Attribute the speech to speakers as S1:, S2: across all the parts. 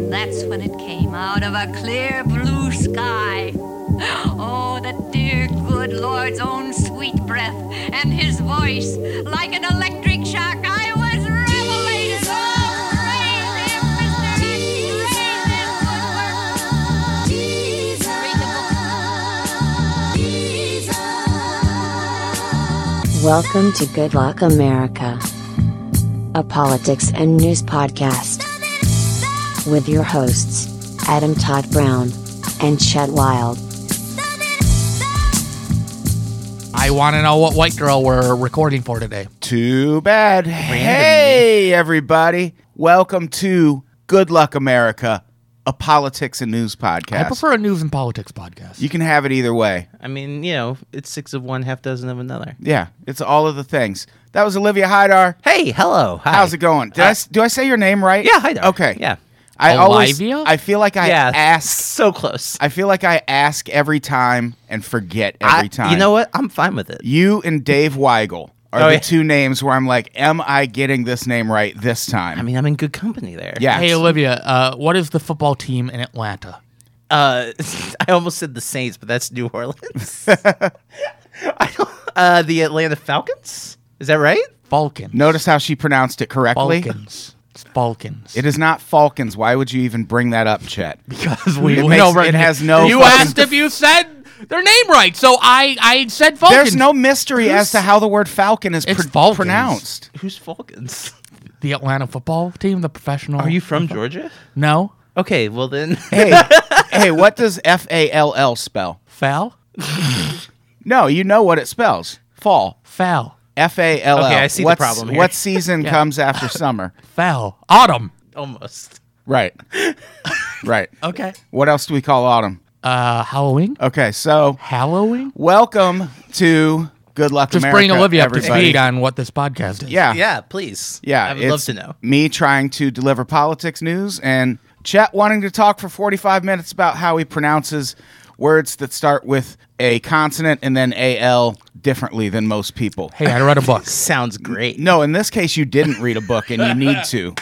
S1: That's when it came out of a clear blue sky. Oh, the dear good Lord's own sweet breath and his voice like an electric shock. I was revelated. Oh, praise him, Mr. X. Praise him, good work. Read the book.
S2: Welcome to Good Luck America, a politics and news podcast with your hosts, Adam Todd Brown and Chet Wild.
S3: I want to know what white girl we're recording for today.
S4: Too bad. Hey, everybody. Welcome to Good Luck America, a politics and news podcast.
S3: I prefer a news and politics podcast.
S4: you can have it either way.
S5: I mean, you know, it's six of one, half dozen of another.
S4: Yeah, it's all of the things. That was Olivia Hydar.
S5: Hey, hello. Hi.
S4: How's it going? Did I s do I say your name right?
S5: Yeah, Hydar.
S4: Okay.
S5: Yeah.
S4: I
S3: Olivia?
S4: always. I feel like I
S5: yeah.
S4: ask.
S5: So close.
S4: I feel like I ask every time and forget
S5: I-
S4: every time.
S5: You know what? I'm fine with it.
S4: You and Dave Weigel are
S5: Oh,
S4: the
S5: yeah.
S4: two names where I'm like, am I getting this name right this time?
S5: I mean, I'm in good company there.
S4: yeah.
S3: Hey, Olivia, uh, what is the football team in Atlanta?
S5: Uh, I almost said the Saints, but that's New Orleans. I don't, uh, the Atlanta Falcons? Is that right?
S3: Falcons.
S4: Notice how she pronounced it correctly.
S3: Falcons. It's Falcons.
S4: It is not Falcons. Why would you even bring that up, Chet?
S3: because we
S4: it
S3: we
S4: makes-
S3: know right
S4: it
S3: now.
S4: has no
S3: You
S4: fucking-
S3: asked if you said their name right, so I I said Falcons.
S4: There's no mystery as to how the word falcon is
S3: It's
S4: pr-
S3: Falcons.
S4: pronounced.
S5: Who's Falcons?
S3: the Atlanta football team, the professional.
S4: Oh,
S5: Are you from Georgia?
S3: no
S5: Okay, well then.
S4: Hey, hey, what does F A L L spell?
S3: foul
S4: No, you know what it spells. Fall.
S3: foul
S4: F A L L.
S5: Okay, I see the
S4: What's-
S5: problem here.
S4: What season comes after summer?
S3: foul autumn.
S5: Almost.
S4: Right. Right.
S3: Okay.
S4: What else do we call autumn?
S3: Uh, Halloween.
S4: Okay, so
S3: Halloween.
S4: welcome to Good Luck
S3: Just
S4: America.
S3: bring Olivia up to
S4: everybody.
S3: speed on what this podcast is.
S4: Yeah.
S5: Yeah, please.
S4: Yeah,
S5: I would love
S4: it's
S5: to know.
S4: Me trying to deliver politics news and Chet wanting to talk for 45 minutes about how he pronounces words that start with a consonant and then AL differently than most people.
S3: Hey, I read a book.
S5: Sounds great.
S4: No, in this case, you didn't read a book and you need to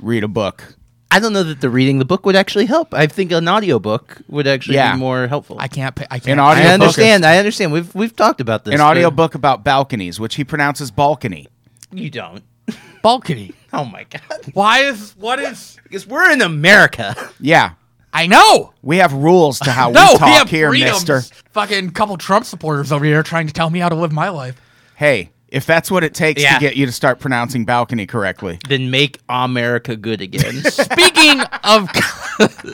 S4: read a book.
S5: I don't know that the reading the book would actually help. I think an audiobook would actually
S4: Yeah.
S5: be more helpful.
S3: I can't. Pay, I
S4: An
S3: can't.
S4: audio
S5: I understand. I understand. We've we've talked about this.
S4: An
S5: but-
S4: audiobook about balconies, which he pronounces balcony.
S5: You don't.
S3: balcony.
S5: Oh my god.
S3: Why is what is?
S5: Because we're in America.
S4: Yeah.
S3: I know.
S4: We have rules to how
S3: No,
S4: we talk
S3: we have
S4: here,
S3: freedoms.
S4: mister.
S3: Fucking couple Trump supporters over here trying to tell me how to live my life.
S4: Hey, if that's what it takes
S5: Yeah.
S4: to get you to start pronouncing balcony correctly.
S5: Then make America good again.
S3: Speaking of,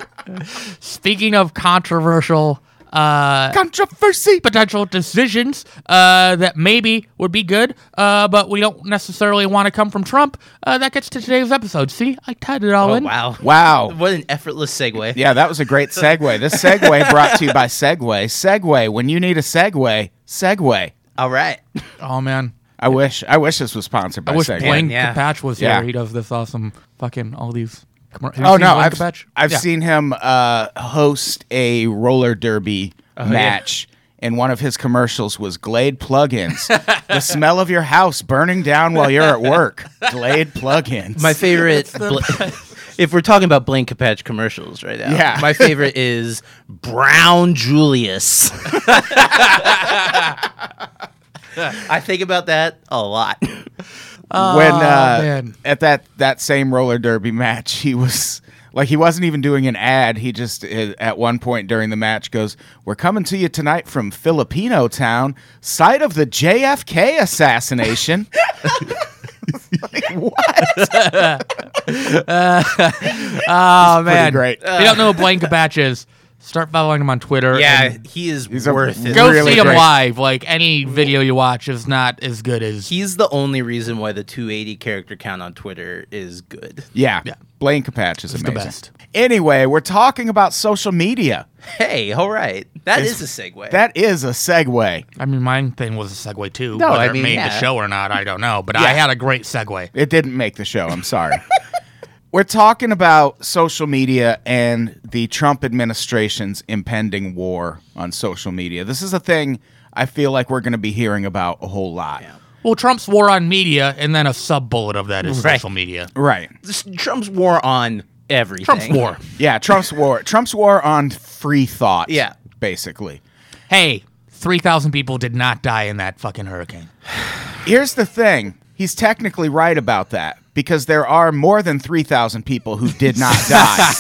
S3: speaking of controversial, uh,
S4: Controversy.
S3: potential decisions uh, that maybe would be good, uh, but we don't necessarily want to come from Trump. Uh, that gets to today's episode. See, I tied it all
S5: oh
S3: in.
S5: wow.
S4: Wow.
S5: What an effortless segue.
S4: Yeah, that was a great segue. This segue brought to you by Segway. Segway. When you need a segue, Segway.
S5: All right.
S3: Oh man.
S4: I wish. I wish this was sponsored by
S3: I wish
S4: Segway.
S3: Blaine
S5: Yeah.
S3: Patch was
S4: Yeah.
S3: here. He does this awesome fucking all these. commer- Have you
S4: oh
S3: seen
S4: no,
S3: Blaine
S4: I've
S3: Patch?
S4: I've
S3: Yeah.
S4: seen him uh, host a roller derby
S3: Oh,
S4: match. And one of his commercials was Glade plugins. the smell of your house burning down while you're at work. Glade plugins.
S5: My favorite. Bla- if we're talking about Blaine Capatch commercials right now,
S4: Yeah.
S5: my favorite is Brown Julius. I think about that a lot.
S4: when uh,
S3: Oh, man.
S4: at that that same roller derby match, he was like he wasn't even doing an ad. He just uh, at one point during the match goes, "We're coming to you tonight from Filipino Town, site of the JFK assassination." Like, what?
S3: Oh man,
S4: great.
S3: If you don't know who Blaine Capatch is, start following him on Twitter.
S5: Yeah,
S3: and
S5: he is
S4: a
S5: worth it.
S3: go
S4: really
S3: see him
S4: great.
S3: live. Like any video you watch is not as good as
S5: He's the only reason why the 280 character count on Twitter is good.
S4: Yeah, Blaine Capatch is
S3: the
S4: amazing.
S3: best.
S4: Anyway, we're talking about social media.
S5: Hey, all right. that is a segue.
S4: That is a segue.
S3: I mean, my thing was a segue too.
S5: No,
S3: whether
S5: I
S3: it
S5: mean,
S3: made the
S5: yeah.
S3: show or not, I don't know. But I had a great segue.
S4: It didn't make the show. I'm sorry. We're talking about social media and the Trump administration's impending war on social media. This is a thing I feel like we're going to be hearing about a whole lot.
S3: Well, Trump's war on media, and then a sub bullet of that is
S5: Right.
S3: social media.
S4: Right.
S5: This- Trump's war on everything.
S3: Trump's war.
S4: Yeah, Trump's war. Trump's war on free thought.
S5: Yeah.
S4: basically.
S3: Hey, 3,000 people did not die in that fucking hurricane.
S4: Here's the thing. He's technically right about that because there are more than 3,000 people who did not die.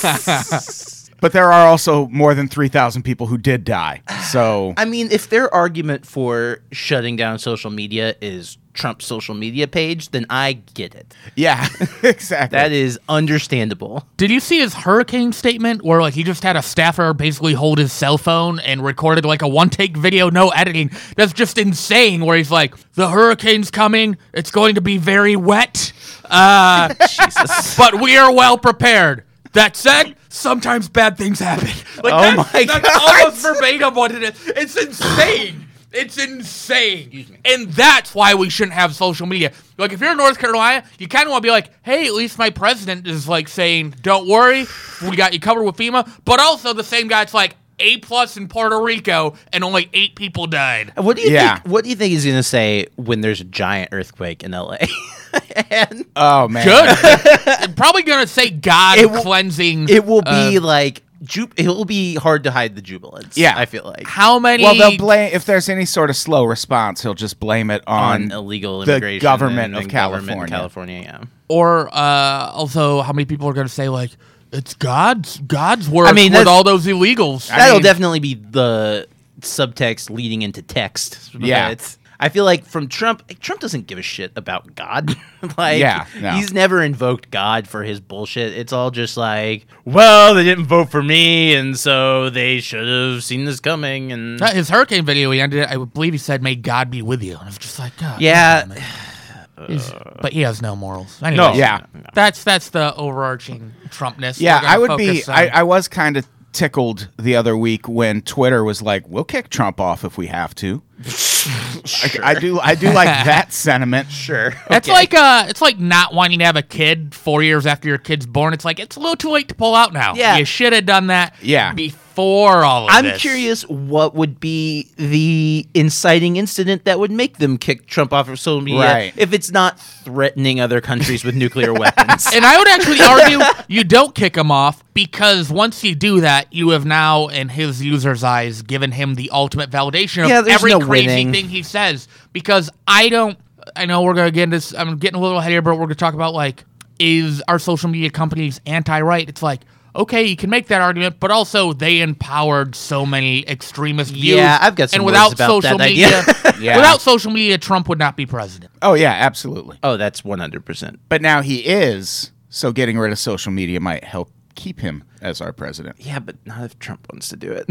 S4: but there are also more than 3,000 people who did die. So
S5: I mean, if their argument for shutting down social media is Trump's social media page, then I get it.
S4: Yeah, exactly.
S5: That is understandable.
S3: Did you see his hurricane statement where like he just had a staffer basically hold his cell phone and recorded like a one take video, no editing? That's just insane. Where he's like, "The hurricane's coming. It's going to be very wet, uh,
S5: Jesus.
S3: but we are well prepared." That said, sometimes bad things happen. Like
S5: Oh
S3: that's,
S5: my
S3: that's almost verbatim what it is. It's insane. It's insane. And that's why we shouldn't have social media. Like, if you're in North Carolina, you kind of want to be like, hey, at least my president is like saying, don't worry, we got you covered with FEMA. But also, the same guy that's like, A plus in Puerto Rico, and only eight people died.
S5: What do you
S4: Yeah.
S5: think? What do you think he's gonna say when there's a giant earthquake in LA? and
S4: oh, man.
S3: Good. Probably going to say God
S5: It will-
S3: cleansing.
S5: it will be like ju- it will be hard to hide the jubilance.
S4: Yeah.
S5: I feel like
S3: how many?
S4: Well, they'll blame if there's any sort of slow response, he'll just blame it on,
S5: on illegal
S4: the
S5: immigration,
S4: government
S5: and-
S4: of
S5: and
S4: California.
S5: California, yeah.
S3: or uh, also how many people are going to say like it's God's God's work
S5: I mean,
S3: with
S5: that's-
S3: all those illegals.
S4: I
S5: That'll
S4: mean-
S5: definitely be the subtext leading into text.
S4: Yeah.
S5: But I feel like from Trump, Trump doesn't give a shit about God. like,
S4: Yeah, no.
S5: he's never invoked God for his bullshit. It's all just like, well, they didn't vote for me, and so they should have seen this coming. And
S3: Uh, His hurricane video, he ended it. I believe he said, "May God be with you," and I was just like, God,
S5: yeah,
S3: damn, he's- but he has no morals. Anyways,
S4: yeah.
S5: Oh,
S3: that's that's the overarching Trumpness.
S4: Yeah,
S3: We're gonna
S4: I would be.
S3: focus on-
S4: I, I was kind of tickled the other week when Twitter was like, "We'll kick Trump off if we have to." I, I do. I do like that sentiment.
S5: sure.
S3: That's
S5: Okay.
S3: like uh, it's like not wanting to have a kid four years after your kid's born. It's like it's a little too late to pull out now.
S5: Yeah.
S3: you should have done that.
S4: Yeah.
S3: before all of
S5: I'm
S3: this.
S5: curious what would be the inciting incident that would make them kick Trump off of social media
S4: Right.
S5: if it's not threatening other countries with nuclear weapons.
S3: And I would actually argue you don't kick him off because once you do that, you have now, in his user's eyes, given him the ultimate validation of
S5: Yeah, there's
S3: every
S5: no
S3: crazy
S5: winning.
S3: thing he says. Because I don't, I know we're gonna get into. this- I'm getting a little ahead here, but we're gonna talk about like is our social media companies anti-right? It's like. Okay, you can make that argument, but also they empowered so many extremist views.
S5: Yeah, I've got some
S3: and
S5: words
S3: without
S5: about
S3: social
S5: that
S3: media,
S5: idea.
S4: Yeah.
S3: without social media, Trump would not be president.
S4: Oh yeah, absolutely.
S5: Oh, that's 100%.
S4: But now he is. So getting rid of social media might help keep him as our president.
S5: Yeah, but not if Trump wants to do it.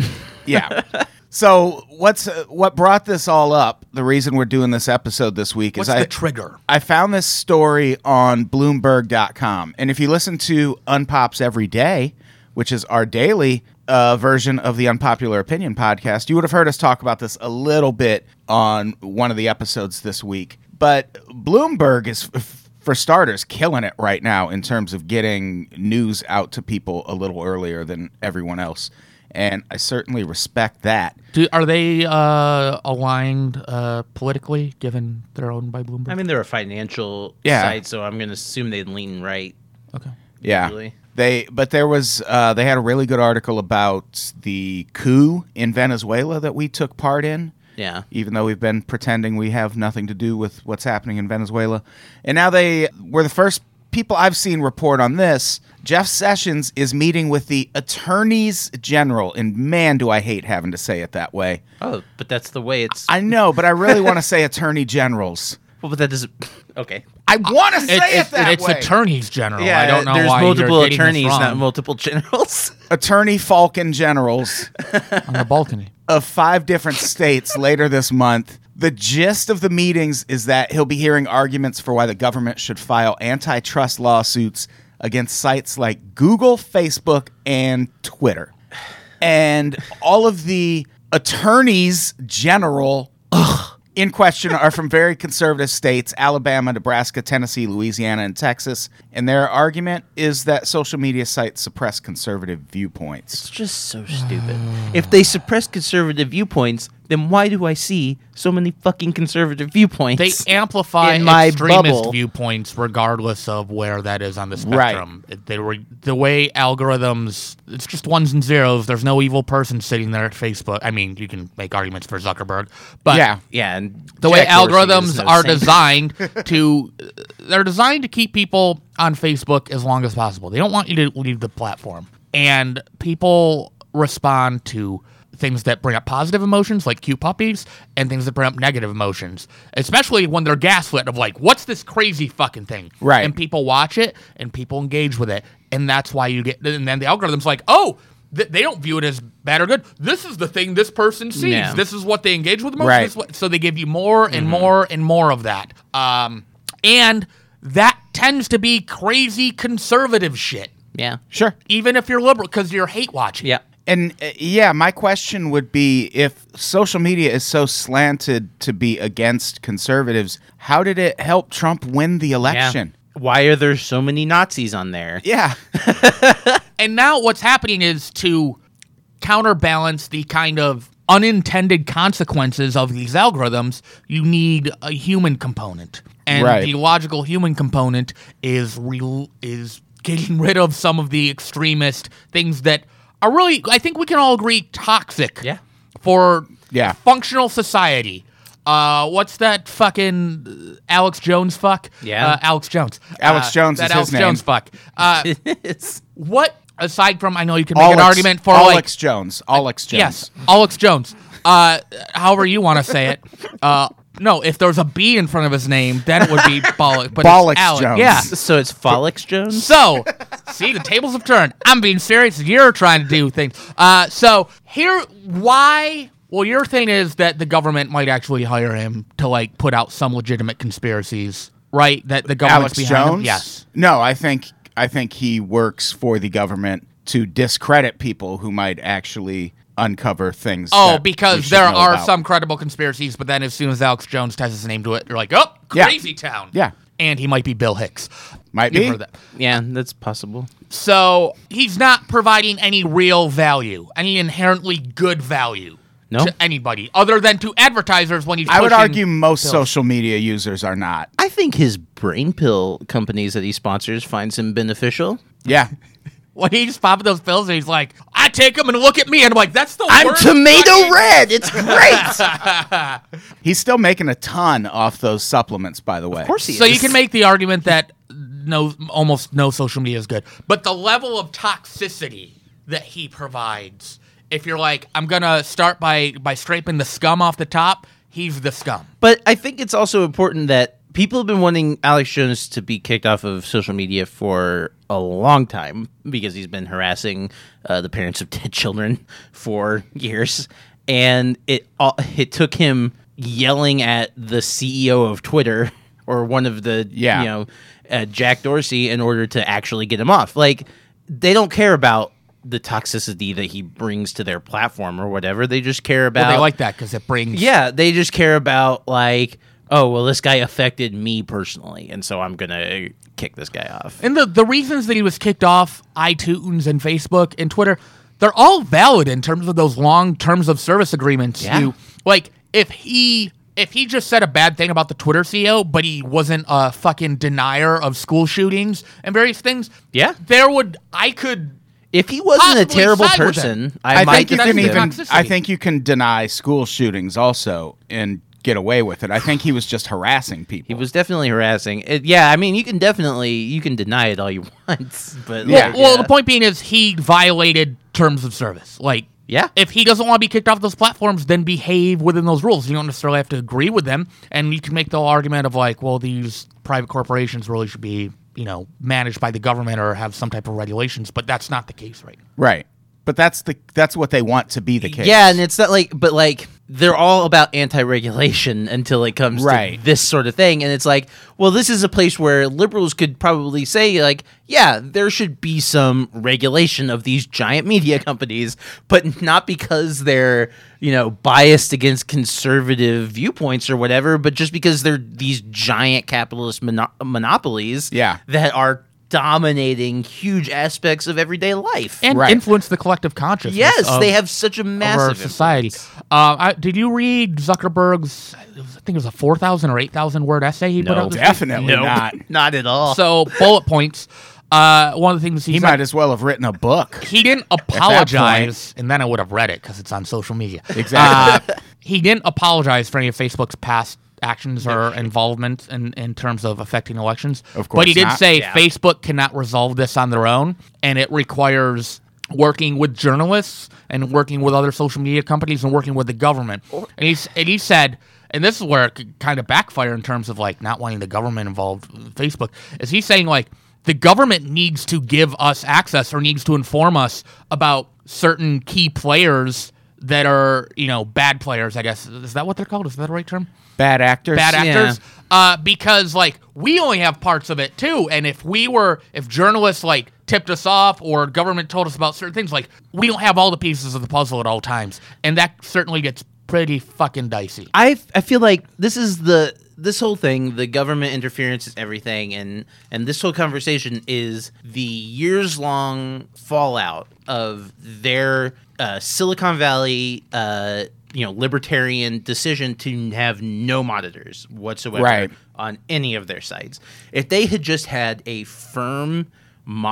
S4: Yeah. so what's uh, what brought this all up? The reason we're doing this episode this week
S3: What's
S4: is I
S3: the trigger?
S4: I found this story on Bloomberg.com. And if you listen to Unpops Every Day, which is our daily uh, version of the Unpopular Opinion podcast, you would have heard us talk about this a little bit on one of the episodes this week. But Bloomberg is, f- for starters, killing it right now in terms of getting news out to people a little earlier than everyone else. And I certainly respect that.
S3: Do, are they uh, aligned uh, politically, given they're owned by Bloomberg?
S5: I mean, they're a financial
S4: Yeah.
S5: site, so I'm going to assume they lean right.
S3: okay.
S4: Yeah.
S5: Really?
S4: They but there was uh, they had a really good article about the coup in Venezuela that we took part in.
S5: Yeah.
S4: Even though we've been pretending we have nothing to do with what's happening in Venezuela. And now they were the first people I've seen report on this. Jeff Sessions is meeting with the attorneys general, and man, do I hate having to say it that way.
S5: Oh, but that's the way it's.
S4: I know, but I really want to say attorney generals.
S5: well, but that doesn't. Okay.
S4: I want to say it,
S3: It's-
S4: that
S3: it's
S4: way.
S3: attorneys general. I don't know
S5: there's
S3: why
S5: multiple
S3: you're getting this
S5: attorneys,
S3: wrong
S5: not multiple generals.
S4: attorney Falcon generals.
S3: on the balcony.
S4: of five different states later this month. The gist of the meetings is that he'll be hearing arguments for why the government should file antitrust lawsuits against sites like Google, Facebook, and Twitter. And all of the attorneys general ugh, in question are from very conservative states Alabama, Nebraska, Tennessee, Louisiana, and Texas. And their argument is that social media sites suppress conservative viewpoints.
S5: It's just so stupid. if they suppress conservative viewpoints, then why do I see so many fucking conservative viewpoints?
S3: They amplify
S5: in my
S3: extremist
S5: bubble.
S3: viewpoints regardless of where that is on the
S4: Right.
S3: spectrum. It- They were the way algorithms. It's just ones and zeros. There's no evil person sitting there at Facebook. I mean, you can make arguments for Zuckerberg, but
S4: yeah.
S5: yeah, and
S3: the way
S5: Jack Dorsey is
S3: algorithms
S5: no
S3: are
S5: saint.
S3: designed to they're designed to keep people on Facebook as long as possible. They don't want you to leave the platform. And people respond to things that bring up positive emotions like cute puppies and things that bring up negative emotions, especially when they're gaslit of like what's this crazy fucking thing?
S4: Right.
S3: And people watch it and people engage with it. And that's why you get and then the algorithm's like, "Oh, th- they don't view it as bad or good. This is the thing this person sees.
S5: Yeah.
S3: This is what they engage with the most.
S4: Right.
S3: This is what so they give you more and more and more of that. Um, and that tends to be crazy conservative shit,
S5: Yeah,
S4: Sure.
S3: even if you're liberal, because you're hate watching.
S5: yeah.
S4: And uh, yeah, my question would be if social media is so slanted to be against conservatives, how did it help Trump win the
S5: Yeah.
S4: election?
S5: Why are there so many Nazis on there?
S4: Yeah.
S3: And now what's happening is to counterbalance the kind of unintended consequences of these algorithms, you need a human component. And
S4: Right.
S3: the logical human component is re- is getting rid of some of the extremist things that are really I think we can all agree toxic
S5: Yeah.
S3: for
S4: Yeah.
S3: functional society. Uh, what's that fucking uh, Alex Jones fuck?
S5: Yeah.
S3: Uh, Alex Jones.
S4: Alex
S3: Uh,
S4: Jones
S3: That
S4: is his
S3: Alex
S4: name.
S3: Jones fuck. Uh,
S5: It's-
S3: what aside from I know you can make an argument for
S4: Alex
S3: like
S4: Jones. Alex Jones.
S3: yes, Alex Jones. Uh, however you want to say it. Uh, no, if there's a B in front of his name, then it would be Bollock. But
S4: Bollocks
S3: it's Alex.
S4: Jones.
S3: Yeah.
S5: so it's Follix Jones.
S3: So, see, the tables have turned. I'm being serious. You're trying to do things. Uh, so here, why? Well, your thing is that the government might actually hire him to like put out some legitimate conspiracies, right? That the government's
S4: Alex
S3: behind him?
S4: Jones.
S3: Yes.
S4: No, I think I think he works for the government to discredit people who might actually uncover things.
S3: Oh,
S4: that we
S3: because
S4: should
S3: there
S4: know
S3: are
S4: about.
S3: some credible conspiracies, but then as soon as Alex Jones ties his name to it, they're like, oh,
S4: Yeah.
S3: crazy town.
S4: Yeah.
S3: And he might be Bill Hicks.
S4: Might
S3: You've
S4: be.
S3: heard that.
S5: Yeah, that's possible.
S3: So he's not providing any real value, any inherently good value
S5: No.
S3: to anybody other than to advertisers when he's
S4: I would
S3: pushing-
S4: argue most social media users are not.
S5: I think his brain pill companies that he sponsors finds him beneficial.
S4: Yeah.
S3: when he's popping those pills and he's like, I take them and look at me and I'm like, that's the
S5: I'm
S3: worst
S5: tomato
S3: fucking-
S5: red. It's great. of
S4: He's still making a ton off those supplements, by the way. Of
S5: course he
S3: So
S5: is.
S3: you can make the argument that no, almost no social media is good, but the level of toxicity that he provides. If you're like, I'm gonna start by by scraping the scum off the top, he's the scum.
S5: But I think it's also important that people have been wanting Alex Jones to be kicked off of social media for a long time because he's been harassing uh, the parents of dead children for years, and it all, it took him yelling at the CEO of Twitter or one of the
S4: Yeah.
S5: you know uh, Jack Dorsey in order to actually get him off. Like they don't care about the toxicity that he brings to their platform or whatever. They just care about
S3: Well, they like that because it brings
S5: yeah, they just care about like, oh well, this guy affected me personally, and so I'm gonna kick this guy off.
S3: And the, the reasons that he was kicked off iTunes and Facebook and Twitter, they're all valid in terms of those long terms of service agreements.
S5: Yeah.
S3: You like if he if he just said a bad thing about the Twitter CEO, but he wasn't a fucking denier of school shootings and various things.
S5: Yeah.
S3: there would I could
S5: If he wasn't a
S3: Possibly
S5: terrible
S3: side with
S5: person,
S3: him.
S5: I,
S4: I,
S5: might
S4: think you
S5: defend
S4: can
S3: defend
S5: him.
S4: even.
S3: Toxicity.
S4: I think you can deny school shootings also and get away with it. I think he was just harassing people.
S5: He was definitely harassing. It, yeah, I mean, you can definitely you can deny it all you want, but
S4: Yeah.
S5: like,
S3: Well, the point being is he violated terms of service. Like,
S5: Yeah.
S3: if he doesn't want to be kicked off those platforms, then behave within those rules. You don't necessarily have to agree with them, and you can make the argument of like, well, these private corporations really should be, you know, managed by the government or have some type of regulations, but that's not the case right now.
S4: right. But that's the that's what they want to be the case.
S5: Yeah, and it's not like, but like they're all about anti-regulation until it comes
S4: Right.
S5: to this sort of thing, and it's like, well, this is a place where liberals could probably say, like, yeah, there should be some regulation of these giant media companies, but not because they're you know biased against conservative viewpoints or whatever, but just because they're these giant capitalist mono- monopolies,
S4: Yeah.
S5: that are dominating huge aspects of everyday life.
S3: and
S4: Right.
S3: influence the collective consciousness.
S5: yes,
S3: of-
S5: they have such a
S3: of our
S5: massive
S3: society. Uh, I, did you read Zuckerberg's? I think it was a four thousand or eight thousand word essay he put
S5: No.
S3: out. this week?
S4: Definitely
S5: influence.
S4: not.
S5: not at all.
S3: So bullet points. Uh, one of the things he,
S4: He
S3: said,
S4: might as well have written a book.
S3: he didn't apologize, and then I would have read it because it's on social media.
S4: Exactly.
S3: Uh, he didn't apologize for any of Facebook's past actions or involvement in, in terms of affecting elections.
S4: Of
S3: but he
S4: course
S3: did
S4: not.
S3: say
S5: Yeah.
S3: Facebook cannot resolve this on their own, and it requires working with journalists and working with other social media companies and working with the government. And he s- and he said. And this is where it could kind of backfire in terms of like not wanting the government involved. with Facebook is he saying like the government needs to give us access or needs to inform us about certain key players that are you know bad players. I guess is that what they're called? Is that the right term?
S4: Bad actors.
S3: bad
S5: Yeah.
S3: actors uh, because like we only have parts of it too and if we were if journalists like tipped us off or government told us about certain things like we don't have all the pieces of the puzzle at all times and that certainly gets pretty fucking dicey
S5: I I feel like this is the this whole thing, the government interference is everything, and and this whole conversation is the years long fallout of their uh, Silicon Valley. Uh, you know, libertarian decision to have no monitors whatsoever
S4: Right.
S5: on any of their sites. If they had just had a firm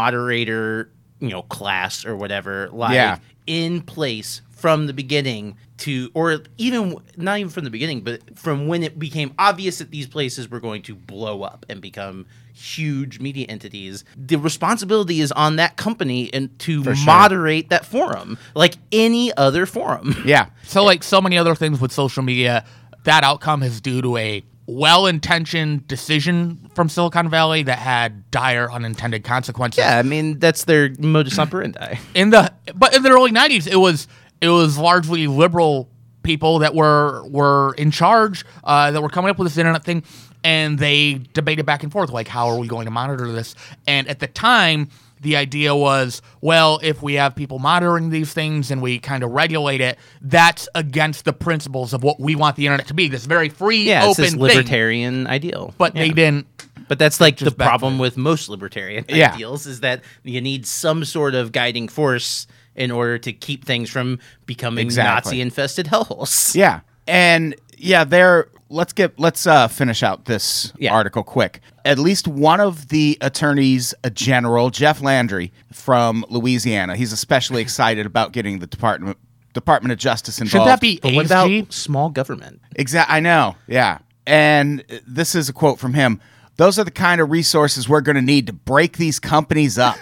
S5: moderator, you know, class or whatever, like
S4: Yeah.
S5: in place from the beginning to or even not even from the beginning but from when it became obvious that these places were going to blow up and become huge media entities the responsibility is on that company and to
S4: sure.
S5: moderate that forum like any other forum
S4: Yeah.
S3: so like so many other things with social media that outcome is due to a well-intentioned decision from silicon valley that had dire unintended consequences
S5: yeah i mean that's their modus operandi
S3: in the but in the early 90s it was it was largely liberal people that were were in charge uh, that were coming up with this internet thing and they debated back and forth like how are we going to monitor this and at the time the idea was well if we have people monitoring these things and we kind of regulate it that's against the principles of what we want the internet to be this very free
S5: yeah it's
S3: open
S5: this
S3: thing.
S5: libertarian ideal
S3: but
S5: Yeah.
S3: they didn't
S5: But that's like the
S3: Just back to
S5: problem with most libertarian
S4: Yeah.
S5: ideals is that you need some sort of guiding force in order to keep things from becoming
S4: Exactly.
S5: Nazi infested hellholes.
S4: Yeah. And yeah, there let's get let's uh finish out this
S5: Yeah.
S4: article quick. At least one of the attorneys general, Jeff Landry from Louisiana, he's especially excited about getting the department Department of Justice
S3: should
S4: involved.
S3: that be
S5: But what
S3: ASG?
S5: about small government?
S4: Exactly. I know. Yeah. And this is a quote from him. Those are the kind of resources we're going to need to break these companies up.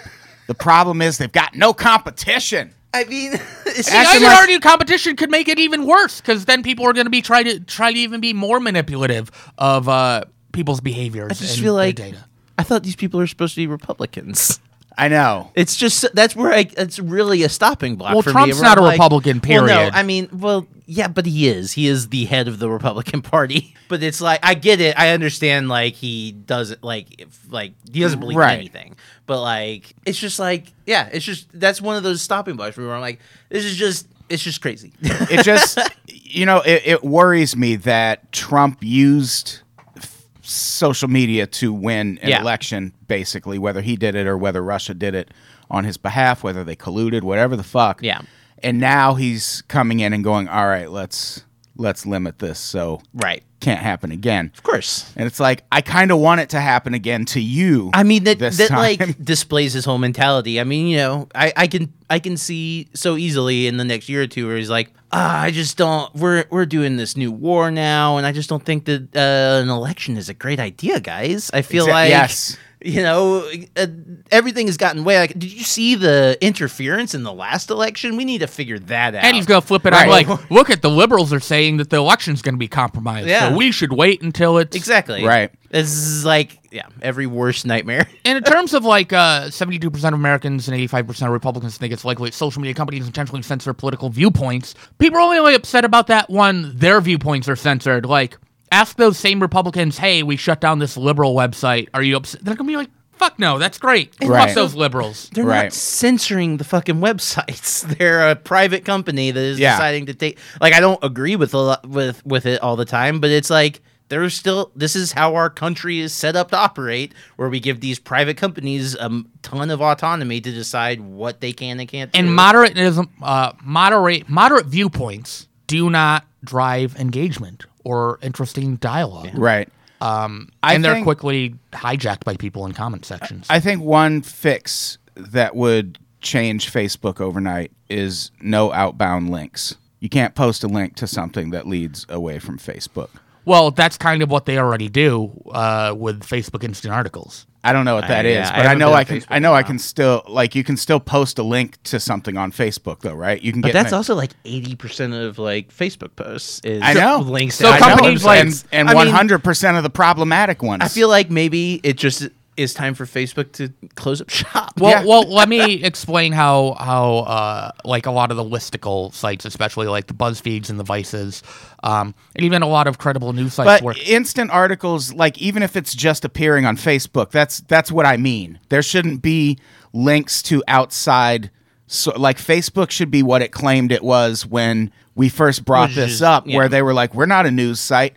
S4: the problem is they've got no competition.
S5: I mean, it's
S3: I
S4: Acting
S3: would
S4: like-
S3: argue competition could make it even worse because then people are going to be try to try to even be more manipulative of uh, people's behaviors.
S5: I just
S3: and
S5: feel
S3: their
S5: like
S3: data.
S5: I thought these people are supposed to be Republicans.
S4: I know.
S5: It's just that's where I. It's really a stopping block.
S3: Well,
S5: for me.
S3: Trump's
S5: where
S3: not
S5: I'm
S3: a
S5: like,
S3: Republican,
S5: Well,
S3: period.
S5: no, I mean, well, yeah, but he is. He is the head of the Republican Party. But it's like I get it. I understand. Like he doesn't like if, like he doesn't believe
S4: Right.
S5: in anything. But like it's just like yeah, it's just that's one of those stopping blocks where I'm like, this is just it's just crazy.
S4: it just you know it, it worries me that trump used f- social media to win an
S5: Yeah.
S4: election basically whether he did it or whether russia did it on his behalf whether they colluded whatever the fuck
S5: Yeah.
S4: and now he's coming in and going all right let's let's limit this so
S5: right.
S4: can't happen again
S5: Of course.
S4: and it's like i kind of want it to happen again to you
S5: I mean that
S4: this
S5: that
S4: time.
S5: like displays his whole mentality. I mean, you know, I, I can I can see so easily in the next year or two where he's like, ah, I just don't. We're we're doing this new war now, and I just don't think that uh, an election is a great idea, guys. I feel
S4: Exa-
S5: like
S4: yes.
S5: You know, uh, everything has gotten way. Like, did you see the interference in the last election? We need to figure that out.
S3: And he's going to flip it on
S4: Right.
S3: like, look at the liberals are saying that the election's going to be compromised,
S5: Yeah.
S3: so we should wait until it's
S5: exactly
S4: Right.
S5: This is like yeah, every worst nightmare.
S3: And in terms of like uh, 72% of Americans and 85% of Republicans think it's likely that social media companies intentionally censor political viewpoints, people are only really upset about that when their viewpoints are censored. Like, ask those same Republicans, hey, we shut down this liberal website. Are you upset? They're going to be like, fuck no, that's great.
S4: Right.
S3: Fuck those liberals.
S5: They're
S4: Right.
S5: not censoring the fucking websites. They're a private company that is
S4: Yeah.
S5: deciding to take. Like, I don't agree with a lot with with it all the time, but it's like there's still this is how our country is set up to operate, where we give these private companies a m- ton of autonomy to decide what they can and can't. do.
S3: and moderate uh, moderate moderate viewpoints do not drive engagement or interesting dialogue.
S4: Right. I
S3: and they're
S4: think-
S3: quickly hijacked by people in comment sections.
S4: I think one fix that would change Facebook overnight is no outbound links. You can't post a link to something that leads away from Facebook.
S3: well, that's kind of what they already do uh, with Facebook instant articles.
S4: I don't know what that is,
S5: yeah, I
S4: but I,
S5: haven't
S4: know
S5: been
S4: I
S5: on
S4: can.
S5: Facebook
S4: I know I can still like you can still post a link to something on Facebook though, right? You can
S5: But
S4: get
S5: that's
S4: an-
S5: also like eighty percent of like Facebook posts. Is
S4: I know
S5: links.
S3: So
S5: to
S4: I know.
S3: companies like-
S4: and and
S5: I
S4: one
S5: mean-
S4: hundred percent of the problematic ones.
S5: I feel like maybe it just is time for Facebook to close up shop.
S3: Well,
S4: Yeah.
S3: well, let me explain how how uh, like a lot of the listicle sites, especially like the BuzzFeeds and the Vices, um, and even a lot of credible news sites.
S4: but
S3: work.
S4: instant articles, like even if it's just appearing on Facebook, that's that's what I mean. There shouldn't be links to outside. So, like Facebook should be what it claimed it was when we first brought
S5: Which
S4: this
S5: is-
S4: up, where
S5: yeah.
S4: they were like, "We're not a news site."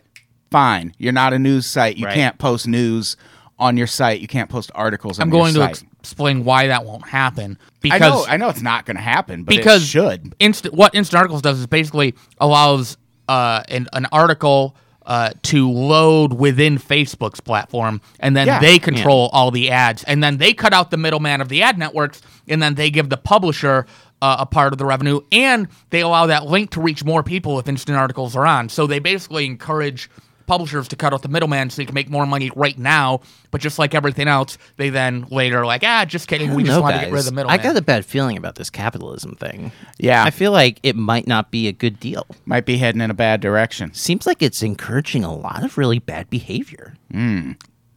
S4: Fine, you're not a news site. You
S5: Right.
S4: can't post news on your site. You can't post articles. On
S3: I'm going
S4: your
S3: to
S4: site.
S3: ex- explain why that won't happen
S4: I
S3: because
S4: know, I know it's not going to happen, but
S3: because
S4: it should.
S3: instant what instant articles does is basically allows uh, an an article uh, to load within Facebook's platform, and then
S4: Yeah.
S3: they control all the ads, and then they cut out the middleman of the ad networks, and then they give the publisher. Uh, a part of the revenue, and they allow that link to reach more people if instant articles are on. So they basically encourage publishers to cut out the middleman so they can make more money right now. But just like everything else, they then later are like, ah, just kidding, we just
S5: No,
S3: want to get rid of
S5: guys,
S3: the
S5: I
S3: middleman.
S5: got a bad feeling about this capitalism thing.
S4: Yeah.
S5: I feel like it might not be a good deal.
S4: Might be heading in a bad direction.
S5: Seems like it's encouraging a lot of really bad behavior.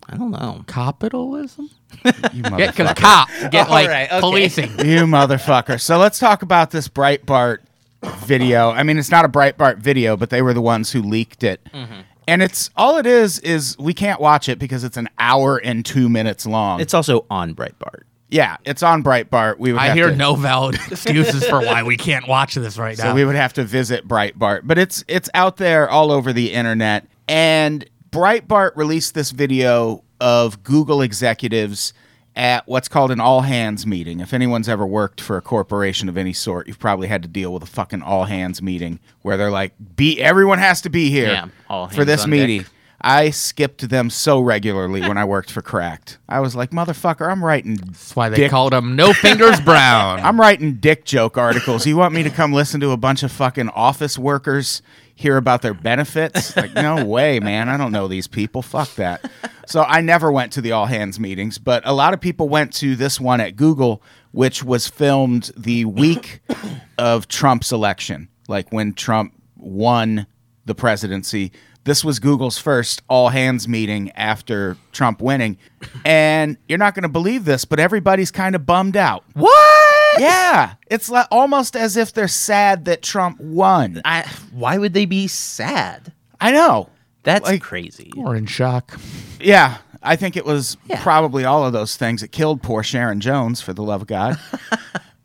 S5: I don't know.
S3: capitalism.
S4: You
S3: Yeah, because
S4: motherfucker.
S3: cop get
S5: All
S3: like
S5: right, okay.
S3: policing.
S4: you motherfucker. So let's talk about this Breitbart video. I mean, it's not a Breitbart video, but they were the ones who leaked it.
S3: Mm-hmm.
S4: And it's all it is is we can't watch it because it's an hour and two minutes long.
S5: It's also on Breitbart.
S4: yeah, it's on Breitbart. We would
S3: I
S4: have
S3: hear
S4: to-
S3: no valid excuses for why we can't watch this right
S4: So
S3: now.
S4: we would have to visit Breitbart, but it's it's out there all over the internet. And Breitbart released this video of Google executives at what's called an all hands meeting. If anyone's ever worked for a corporation of any sort, you've probably had to deal with a fucking all hands meeting where they're like, "Be everyone has to be here
S5: Yeah, all
S4: for
S5: hands
S4: this
S5: on
S4: meeting."
S5: deck.
S4: I skipped them so regularly when I worked for Cracked. I was like, "Motherfucker, I'm writing
S3: That's why they
S4: Dick.
S3: called him No Fingers Brown.
S4: I'm writing dick joke articles. You want me to come listen to a bunch of fucking office workers hear about their benefits? Like, no way, man. I don't know these people. Fuck that. So I never went to the all hands meetings, but a lot of people went to this one at Google, which was filmed the week of Trump's election, like when Trump won the presidency. This was Google's first all hands meeting after Trump winning. And you're not going to believe this, but everybody's kind of bummed out.
S5: What?
S4: Yeah, it's like almost as if they're sad that Trump won.
S5: I, why would they be sad?
S4: I know.
S5: That's
S4: Like-
S5: crazy.
S3: We're in shock.
S4: Yeah, I think it was
S5: Yeah.
S4: probably all of those things. It killed poor Sharon Jones, for the love of God.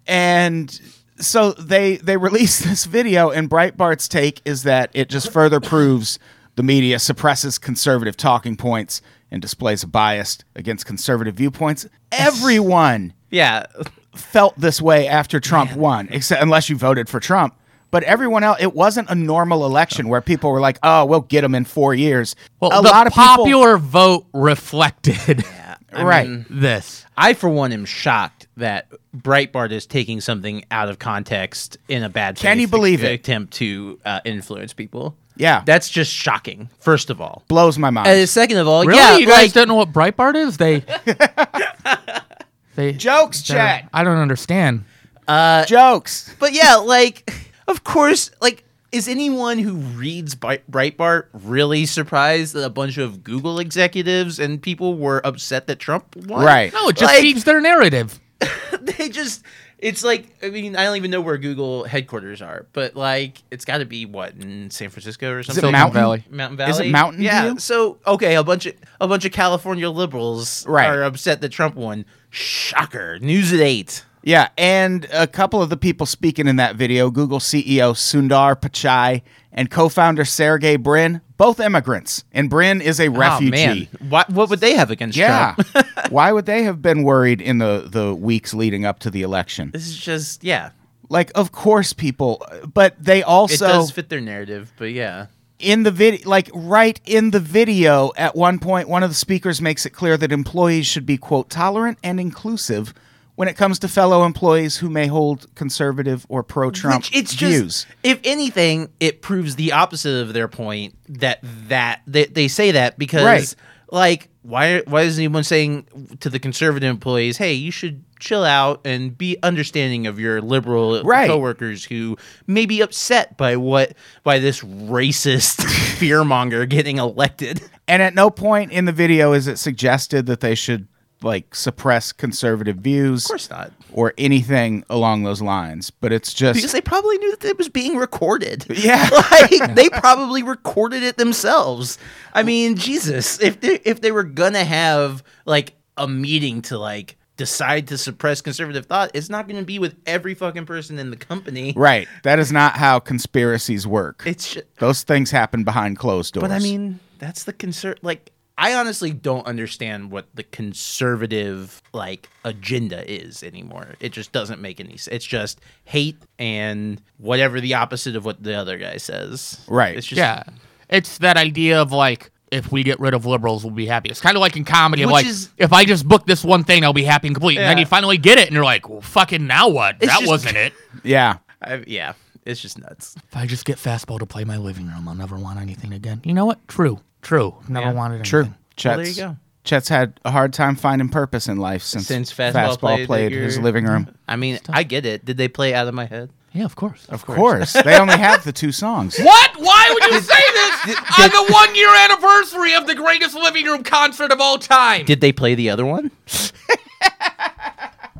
S4: and so they they released this video, and Breitbart's take is that it just further proves the media suppresses conservative talking points and displays a bias against conservative viewpoints. Everyone
S5: Yeah.
S4: felt this way after Trump won, except unless you voted for Trump. But everyone else, it wasn't a normal election where people were like, "Oh, we'll get him in four years."
S3: Well,
S4: a
S3: the
S4: lot of people,
S3: popular vote reflected
S4: right?
S3: this.
S5: I, for one, am shocked that Breitbart is taking something out of context in a bad
S4: Can
S5: faith
S4: you believe it?
S5: attempt to uh, influence people.
S4: Yeah.
S5: That's just shocking, first of all.
S4: Blows my mind.
S5: And second of all,
S3: Really,
S5: yeah,
S3: you guys
S5: like,
S3: don't know what Breitbart is? They, they
S4: jokes,
S3: they're-
S4: chat.
S3: I don't understand. uh,
S4: jokes.
S5: but yeah, like, of course, like, is anyone who reads Bi- Breitbart really surprised that a bunch of Google executives and people were upset that Trump won?
S4: Right.
S3: No, it just
S5: Like-
S3: feeds their narrative.
S5: they just it's like i mean i don't even know where google headquarters are but like it's got to be what in san francisco or something
S3: Silicon
S4: Mountain?
S3: Valley.
S5: mountain valley
S4: Is it Mountain
S5: yeah
S4: View?
S5: so okay a bunch of a bunch of california liberals
S4: Right.
S5: are upset that trump won shocker news at eight
S4: Yeah, and a couple of the people E speaking in that video, Google CEO Sundar Pichai and co-founder Sergey Brin, both immigrants, and Bryn is a refugee.
S5: Oh, man. What, what would they have against
S4: Yeah.
S5: Trump?
S4: Why would they have been worried in the, the weeks leading up to the election?
S5: this is just, yeah.
S4: Like, of course, people, but they
S5: It
S4: also
S5: does fit their narrative, but yeah.
S4: in the video, like right in the video, at one point, one of the speakers makes it clear that employees should be, quote, tolerant and inclusive when it comes to fellow employees who may hold conservative or pro Trump
S5: Which it's just,
S4: views.
S5: if anything, it proves the opposite of their point that that they, they say that because
S4: Right.
S5: like why why is anyone saying to the conservative employees, hey, you should chill out and be understanding of your liberal
S4: Right.
S5: coworkers who may be upset by what by this racist fearmonger getting elected.
S4: and at no point in the video is it suggested that they should, like, suppress conservative views
S5: Of course not.
S4: or anything along those lines. But it's just.
S5: Because they probably knew that it was being recorded.
S4: Yeah.
S5: like they probably recorded it themselves. I mean, Jesus, if they if they were gonna have like a meeting to like decide to suppress conservative thought, it's not gonna be with every fucking person in the company.
S4: Right. That is not how conspiracies work.
S5: It's ju-
S4: Those things happen behind closed doors.
S5: but I mean, that's the concern. Like, I honestly don't understand what the conservative like agenda is anymore. It just doesn't make any sense. It's just hate and whatever the opposite of what the other guy says.
S4: Right.
S5: It's just
S3: Yeah. It's that idea of like, if we get rid of liberals, we'll be happy. It's kind of like in comedy, of
S5: Which
S3: like,
S5: is-
S3: if I just book this one thing, I'll be happy and complete. And then
S5: Yeah.
S3: you finally get it, and you're like, well, fucking now what?
S5: It's
S3: that
S5: just-
S3: wasn't it.
S4: yeah.
S5: I, yeah, it's just nuts.
S3: If I just get fastball to play my living room, I'll never want anything again. You know what? True. True. Never
S5: Yeah.
S3: wanted anything.
S4: True. Chet's,
S5: there you go.
S4: Chet's had a hard time finding purpose in life since,
S5: Since fastball played at
S4: his
S5: your-
S4: living room.
S5: I mean, I get it. Did they play out of my head?
S3: Yeah, of course.
S4: Of course. they only have the two songs.
S3: What? Why would you say this on the one year anniversary of the greatest living room concert of all time?
S5: Did they play the other one?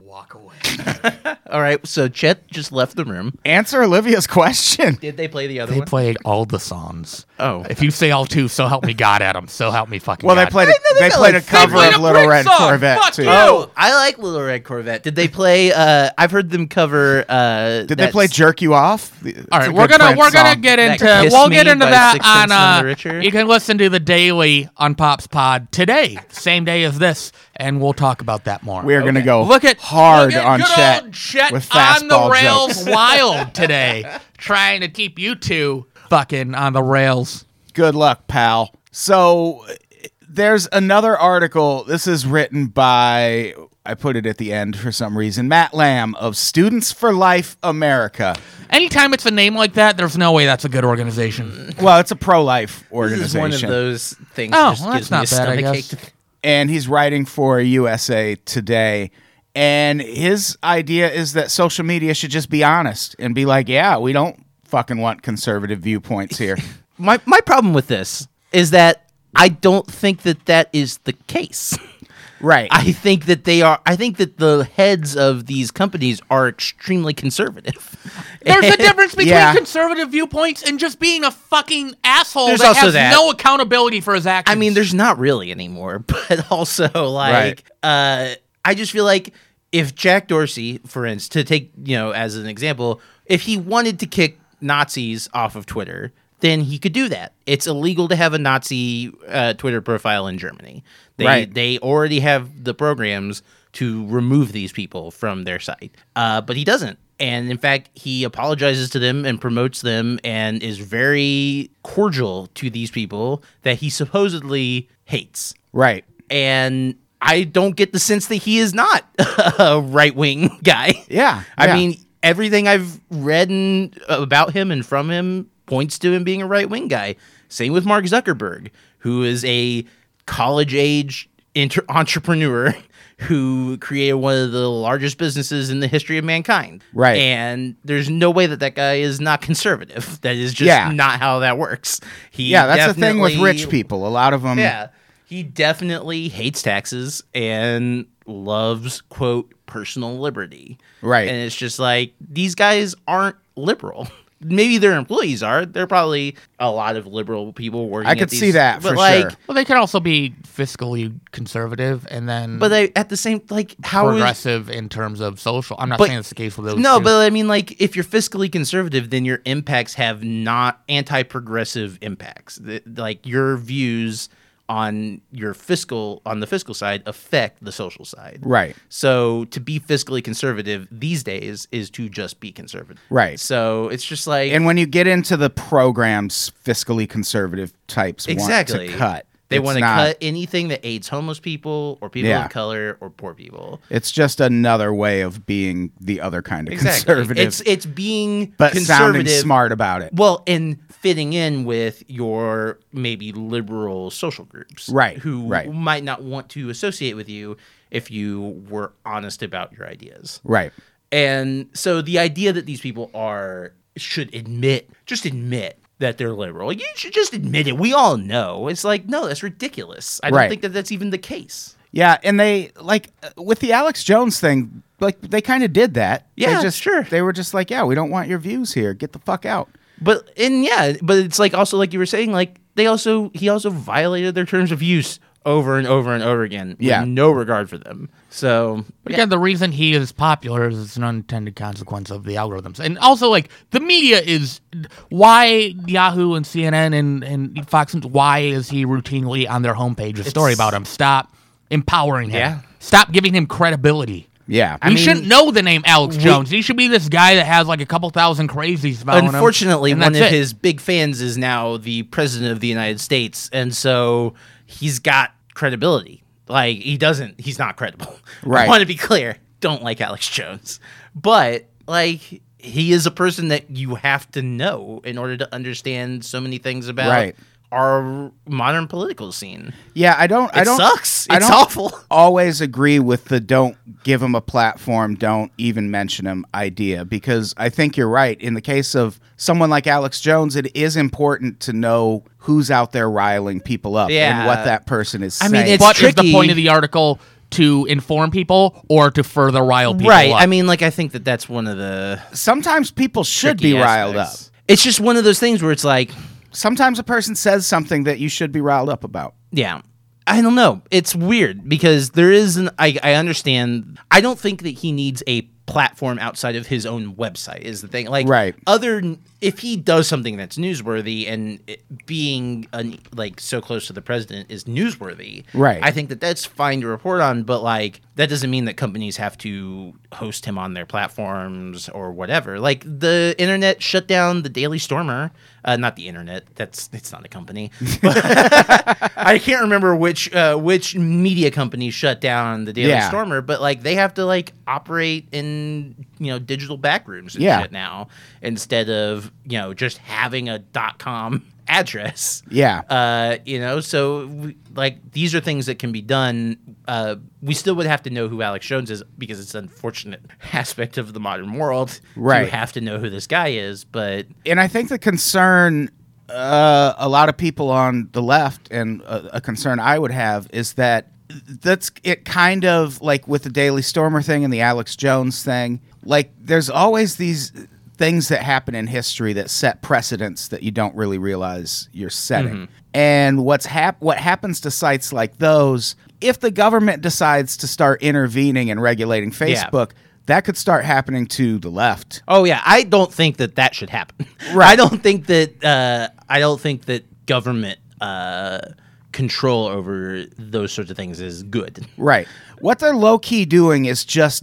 S3: Walk away.
S5: All right. So Chet just left the room.
S4: Answer Olivia's question.
S5: Did they play the other
S3: They
S5: one?
S3: played all the songs.
S5: Oh.
S3: If you say all two, so help me God at them. So help me fucking
S4: Well,
S3: God.
S4: they played a,
S5: no, they
S4: they
S5: got
S4: played a
S5: like-
S4: cover
S3: They played
S4: of
S3: a
S4: Little
S3: Brit
S4: Red
S3: song.
S4: Corvette
S3: Fuck
S4: too.
S3: you.
S5: Oh, I like Little Red Corvette. Did they play? Uh, I've heard them cover. Uh,
S4: Did they play "Jerk You Off"? It's
S3: All
S4: a
S3: right, we're
S4: good
S3: gonna
S4: Prince
S3: we're gonna
S4: song.
S3: get
S5: That
S3: into
S5: Kiss
S3: we'll
S5: Me
S3: get into
S5: by
S3: that
S5: Sixpence
S3: on
S5: None
S3: uh
S5: the Richer.
S3: you can listen to the daily on Pop's Pod today, same day as this, and we'll talk about that more.
S4: We're gonna go
S3: look at
S4: hard
S3: look at
S4: on
S3: good
S4: Chet,
S3: old Chet
S4: with
S3: on
S4: fastball
S3: the rails
S4: jokes.
S3: wild today, trying to keep you two fucking on the rails.
S4: Good luck, pal. So there's another article. This is written by I put it at the end for some reason. Matt Lamb of Students for Life America.
S3: Anytime it's a name like that, there's no way that's a good
S5: Mm,
S3: organization.
S4: Well, it's a pro-life
S5: This is
S4: organization.
S5: one of those things.
S3: Oh,
S5: that just
S3: well,
S5: gives
S3: that's not
S5: me a
S3: bad, I
S5: stomachache
S3: guess.
S5: to think
S4: and he's writing for USA Today. And his idea is that social media should just be honest and be like, yeah, we don't fucking want conservative viewpoints here.
S5: my my problem with this is that I don't think that that is the case.
S4: right.
S5: I think that they are. I think that the heads of these companies are extremely conservative.
S3: There's a difference between
S4: Yeah.
S3: conservative viewpoints and just being a fucking asshole
S5: There's
S3: that
S5: also
S3: has
S5: that.
S3: no accountability for his actions.
S5: I mean, there's not really anymore, but also like uh I just feel like if Jack Dorsey, for instance, to take, you know, as an example, if he wanted to kick Nazis off of Twitter, then he could do that. It's illegal to have a Nazi uh, Twitter profile in Germany. They
S4: Right.
S5: they already have the programs to remove these people from their site. Uh, but he doesn't. And in fact, he apologizes to them and promotes them and is very cordial to these people that he supposedly hates.
S4: right.
S5: And I don't get the sense that he is not a right wing guy.
S4: Yeah,
S5: I
S4: yeah.
S5: mean, everything I've read and, about him and from him points to him being a right wing guy. Same with Mark Zuckerberg, who is a college age inter- entrepreneur who created one of the largest businesses in the history of mankind.
S4: Right.
S5: And there's no way that that guy is not conservative. That is just
S4: Yeah.
S5: not how that works. He
S4: Yeah, that's the thing with rich
S5: definitely-
S4: people. A lot of them.
S5: yeah. He definitely hates taxes and loves, quote, personal liberty.
S4: Right.
S5: And it's just like, these guys aren't liberal. maybe their employees are. They're probably a lot of liberal people working.
S4: I
S5: at
S4: could
S5: these-
S4: see that
S5: but
S4: for
S5: like,
S4: sure.
S3: Well, they can also be fiscally conservative and then
S5: But they at the same like how is-
S3: progressive in terms of social. I'm not
S5: But-
S3: saying it's the case with those.
S5: no,
S3: two.
S5: but I mean, like, if you're fiscally conservative, then your impacts have not anti-progressive impacts. Th- like your views on your fiscal on the fiscal side affect the social side.
S4: Right.
S5: So to be fiscally conservative these days is to just be conservative.
S4: Right.
S5: So it's just like
S4: And when you get into the programs, fiscally conservative types
S5: exactly
S4: want to cut.
S5: They
S4: It's
S5: want to
S4: not-
S5: cut anything that aids homeless people or people
S4: Yeah.
S5: of color or poor people.
S4: It's just another way of being the other kind of conservative,
S5: It's it's being
S4: but sounding
S5: conservative
S4: smart about it.
S5: Well, and fitting in with your maybe liberal social groups,
S4: Right,
S5: Who
S4: right.
S5: might not want to associate with you if you were honest about your ideas,
S4: Right.
S5: And so the idea that these people are should admit, just admit that they're liberal. Like, You should just admit it. We all know. It's like no, that's ridiculous. I don't
S4: Right.
S5: think that that's even the case.
S4: Yeah, and they like uh, with the Alex Jones thing, like they kind of did that. They
S5: Yeah,
S4: just,
S5: sure.
S4: They were just like, yeah, we don't want your views here. Get the fuck out.
S5: But and yeah, but it's like also like you were saying, like they also he also violated their terms of use over and over and over again. with
S4: Yeah.
S5: no regard for them. So
S3: But again, the reason he is popular is it's an unintended consequence of the algorithms, and also like the media is why Yahoo and CNN and and Fox News. Why is he routinely on their homepage a story about him? Stop empowering him.
S5: Yeah.
S3: Stop giving him credibility.
S4: Yeah,
S3: we shouldn't know the name Alex Jones. He should be this guy that has like a couple thousand crazies following him,
S5: unfortunately,
S3: and
S5: one of
S3: that's it.
S5: his big fans is now the president of the United States, and so he's got credibility. Like he doesn't, he's not credible.
S4: Right.
S5: I want to be clear. Don't like Alex Jones, but like he is a person that you have to know in order to understand so many things about
S4: Right.
S5: our modern political scene.
S4: Yeah, I don't. I
S5: It
S4: don't.
S5: sucks.
S4: I
S5: It's
S4: don't
S5: awful.
S4: Always agree with the don't give him a platform, don't even mention him idea because I think you're right. In the case of someone like Alex Jones, it is important to know who's out there riling people up
S5: Yeah.
S4: and what that person is.
S5: I mean,
S4: saying.
S5: it's-
S3: But is the
S5: tricky.
S3: point of the article to inform people or to further rile people?
S5: right.
S3: up?
S5: I mean, like I think that that's one of the
S4: sometimes people should
S5: tricky
S4: be riled up.
S5: aspects. It's just one of those things where it's like.
S4: Sometimes a person says something that you should be riled up about.
S5: Yeah. I don't know. It's weird because there is an I, I understand I don't think that he needs a platform outside of his own website is the thing. Like
S4: Right.
S5: other if he does something that's newsworthy and it, being an, like so close to the president is newsworthy.
S4: Right.
S5: I think that that's fine to report on, but like that doesn't mean that companies have to host him on their platforms or whatever. Like the internet shut down the Daily Stormer, uh, not the internet. That's it's not a company. I can't remember which uh, which media company shut down the Daily
S4: Yeah.
S5: Stormer, but like they have to like operate in you know digital backrooms and
S4: Yeah.
S5: shit now instead of you know just having a dot com address.
S4: Yeah.
S5: Uh, you know, so we, like these are things that can be done. Uh, we still would have to know who Alex Jones is because it's an unfortunate aspect of the modern world.
S4: Right.
S5: you have to know who this guy is, but
S4: and I think the concern uh, a lot of people on the left and a, a concern I would have is that that's it kind of like with the Daily Stormer thing and the Alex Jones thing like there's always these things that happen in history that set precedents that you don't really realize you're setting and what's hap- what happens to sites like those if the government decides to start intervening and regulating
S5: Yeah.
S4: Facebook that could start happening to the left
S5: Oh yeah, I don't think that that should happen. Right. I don't think that uh, I don't think that government uh, control over those sorts of things is good.
S4: Right. What they're low key doing is just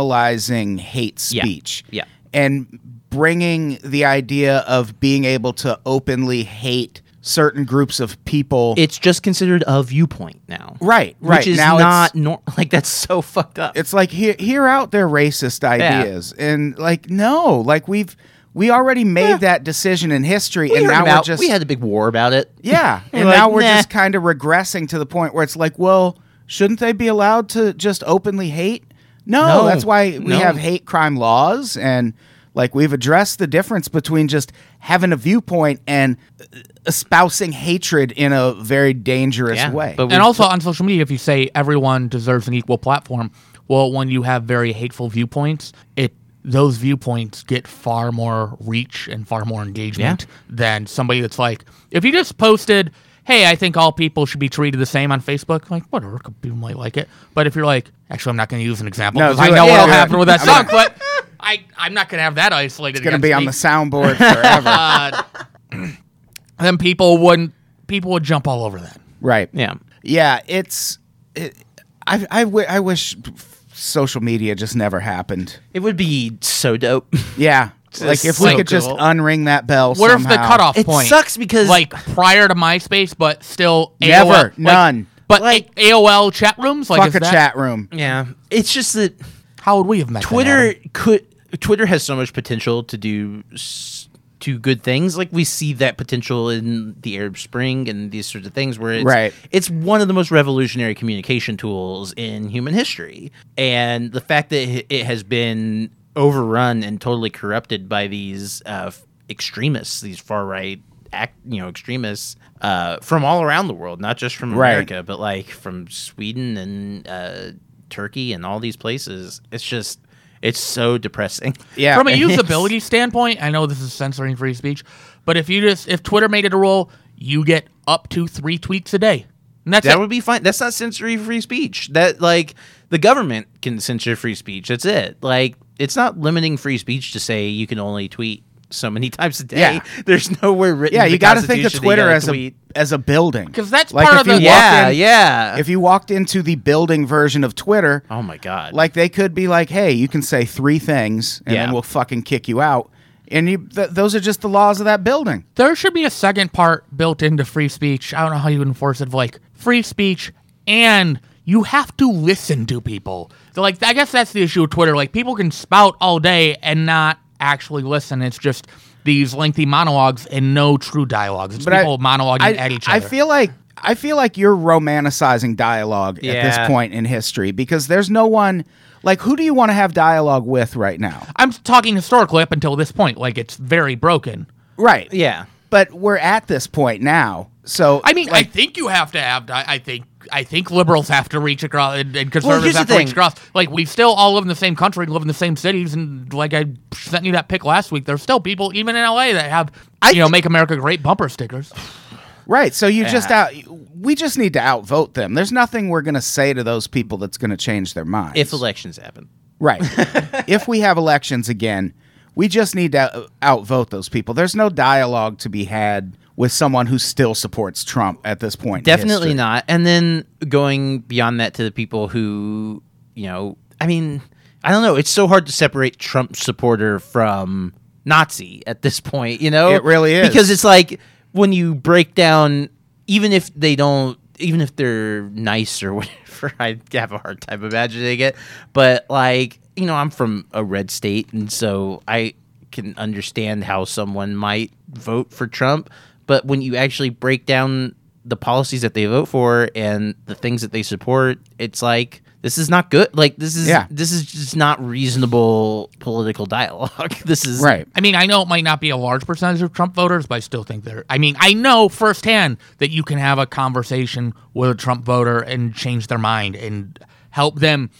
S4: normalizing hate
S5: Yeah.
S4: speech.
S5: Yeah.
S4: And bringing the idea of being able to openly hate certain groups of people.
S5: It's just considered a viewpoint now.
S4: Right, right.
S5: Which is
S4: Now it's-
S5: not nor- like that's so fucked up.
S4: it's like hear, hear out their racist ideas and like no, like we've we already made that decision in history
S5: we
S4: and
S5: heard
S4: now
S5: about-
S4: we're just
S5: we had a big war about it.
S4: Yeah.
S5: We're
S4: And
S5: like,
S4: now we're
S5: nah.
S4: just kind of regressing to the point where it's like, well, shouldn't they be allowed to just openly hate? No,
S5: No.
S4: that's why we
S5: No.
S4: have hate crime laws and like we've addressed the difference between just having a viewpoint and uh, espousing hatred in a very dangerous
S5: Yeah,
S4: way.
S5: but we-
S3: and also on social media, if you say everyone deserves an equal platform, well, when you have very hateful viewpoints, it those viewpoints get far more reach and far more engagement than somebody that's like, if you just posted, hey, I think all people should be treated the same on Facebook, like, whatever, people might like it. But if you're like, actually, I'm not going to use an example
S4: No,
S3: 'cause
S4: do
S3: I
S4: it.
S3: know
S4: Yeah,
S3: what'll
S4: do it.
S3: happen with that
S4: I'm
S3: song, but I, I'm not going to have that isolated.
S4: It's gonna be
S3: against
S4: on
S3: me.
S4: the soundboard forever.
S3: Then people wouldn't, people would jump all over that.
S4: right.
S5: Yeah.
S4: Yeah, it's. It, I, I, w- I wish social media just never happened.
S5: It would be so dope.
S4: Yeah. like if we
S3: so
S4: could just
S3: cool.
S4: unring that bell.
S3: What if the
S4: somehow.
S3: cutoff
S5: It
S3: point
S5: sucks because-
S3: like prior to MySpace, but still
S4: Never,
S3: AOL, like-
S4: none.
S3: But
S5: Like-
S3: A- AOL chat rooms, like
S4: Fuck
S3: is
S4: a
S3: that-
S4: chat room.
S5: yeah. It's just that
S3: How would we have met? that,
S5: Twitter
S3: Adam?
S5: could Twitter has so much potential to do s- to good things. Like we see that potential in the Arab Spring and these sorts of things where it's
S4: Right.
S5: it's one of the most revolutionary communication tools in human history. And the fact that it- it has been overrun and totally corrupted by these uh, f- extremists, these far right act, you know, extremists uh, from all around the world, not just from
S4: Right.
S5: America, but like from Sweden and uh, Turkey and all these places. It's just, it's so depressing.
S4: Yeah.
S3: From a usability standpoint, I know this is censoring free speech, but if you just if Twitter made it a rule, you get up to three tweets a day, and that's
S5: That
S3: it.
S5: would be fine. That's not sensory free speech. That like the government can censor free speech. That's it. Like it's not limiting free speech to say you can only tweet so many times a day.
S4: Yeah.
S5: There's nowhere written.
S4: yeah,
S5: in
S4: you
S5: the
S4: got to think of
S5: Constitution that you
S4: Twitter
S5: gotta
S4: as a
S5: tweet.
S4: as a building
S3: 'Cause that's part of the-
S4: walked
S5: yeah,
S4: in-
S5: yeah.
S4: If you walked into the building version of Twitter,
S5: oh my god,
S4: like they could be like, "Hey, you can say three things, and
S5: Yeah.
S4: then we'll fucking kick you out." And you, th- those are just the laws of that building.
S3: there should be a second part built into free speech. I don't know how you enforce it, like free speech and you have to listen to people. So like I guess that's the issue with Twitter. Like people can spout all day and not actually listen. It's just these lengthy monologues and no true dialogues. It's
S4: I-
S3: people monologuing
S4: I,
S3: at each
S4: I
S3: other.
S4: feel like I feel like you're romanticizing dialogue at
S5: Yeah.
S4: this point in history because there's no one like who do you want to have dialogue with right now?
S3: I'm talking historically up until this point. Like it's very broken.
S4: Right.
S5: yeah.
S4: But we're at this point now. So
S3: I mean, I think you have to have. I, I think. I think liberals have to reach across, and, and
S5: here's
S3: conservatives
S5: the
S3: have to reach
S5: thing.
S3: across. Like we still all live in the same country, live in the same cities, and like I sent you that pic last week. There's still people, even in LA, that have you know "Make America Great" bumper stickers.
S4: Right. So you just out. We just need to outvote them. There's nothing we're going to say to those people that's going to change their minds.
S5: If elections happen,
S4: right, if we have elections again, we just need to outvote those people. There's no dialogue to be had with someone who still supports Trump at this point. in
S5: definitely
S4: history.
S5: not. And then going beyond that to the people who you know, I mean, I don't know. It's so hard to separate Trump supporter from Nazi at this point. You know,
S4: It really is.
S5: because it's like when you break down, even if they don't, even if they're nice or whatever, I have a hard time imagining it. But like, you know, I'm from a red state, and so I can understand how someone might vote for Trump. But when you actually break down the policies that they vote for and the things that they support, it's like this is not good. Like this is
S4: Yeah.
S5: this is just not reasonable political dialogue. this is
S4: Right.
S3: I mean, I know it might not be a large percentage of Trump voters, but I still think they're. I mean, I know firsthand that you can have a conversation with a Trump voter and change their mind and help them.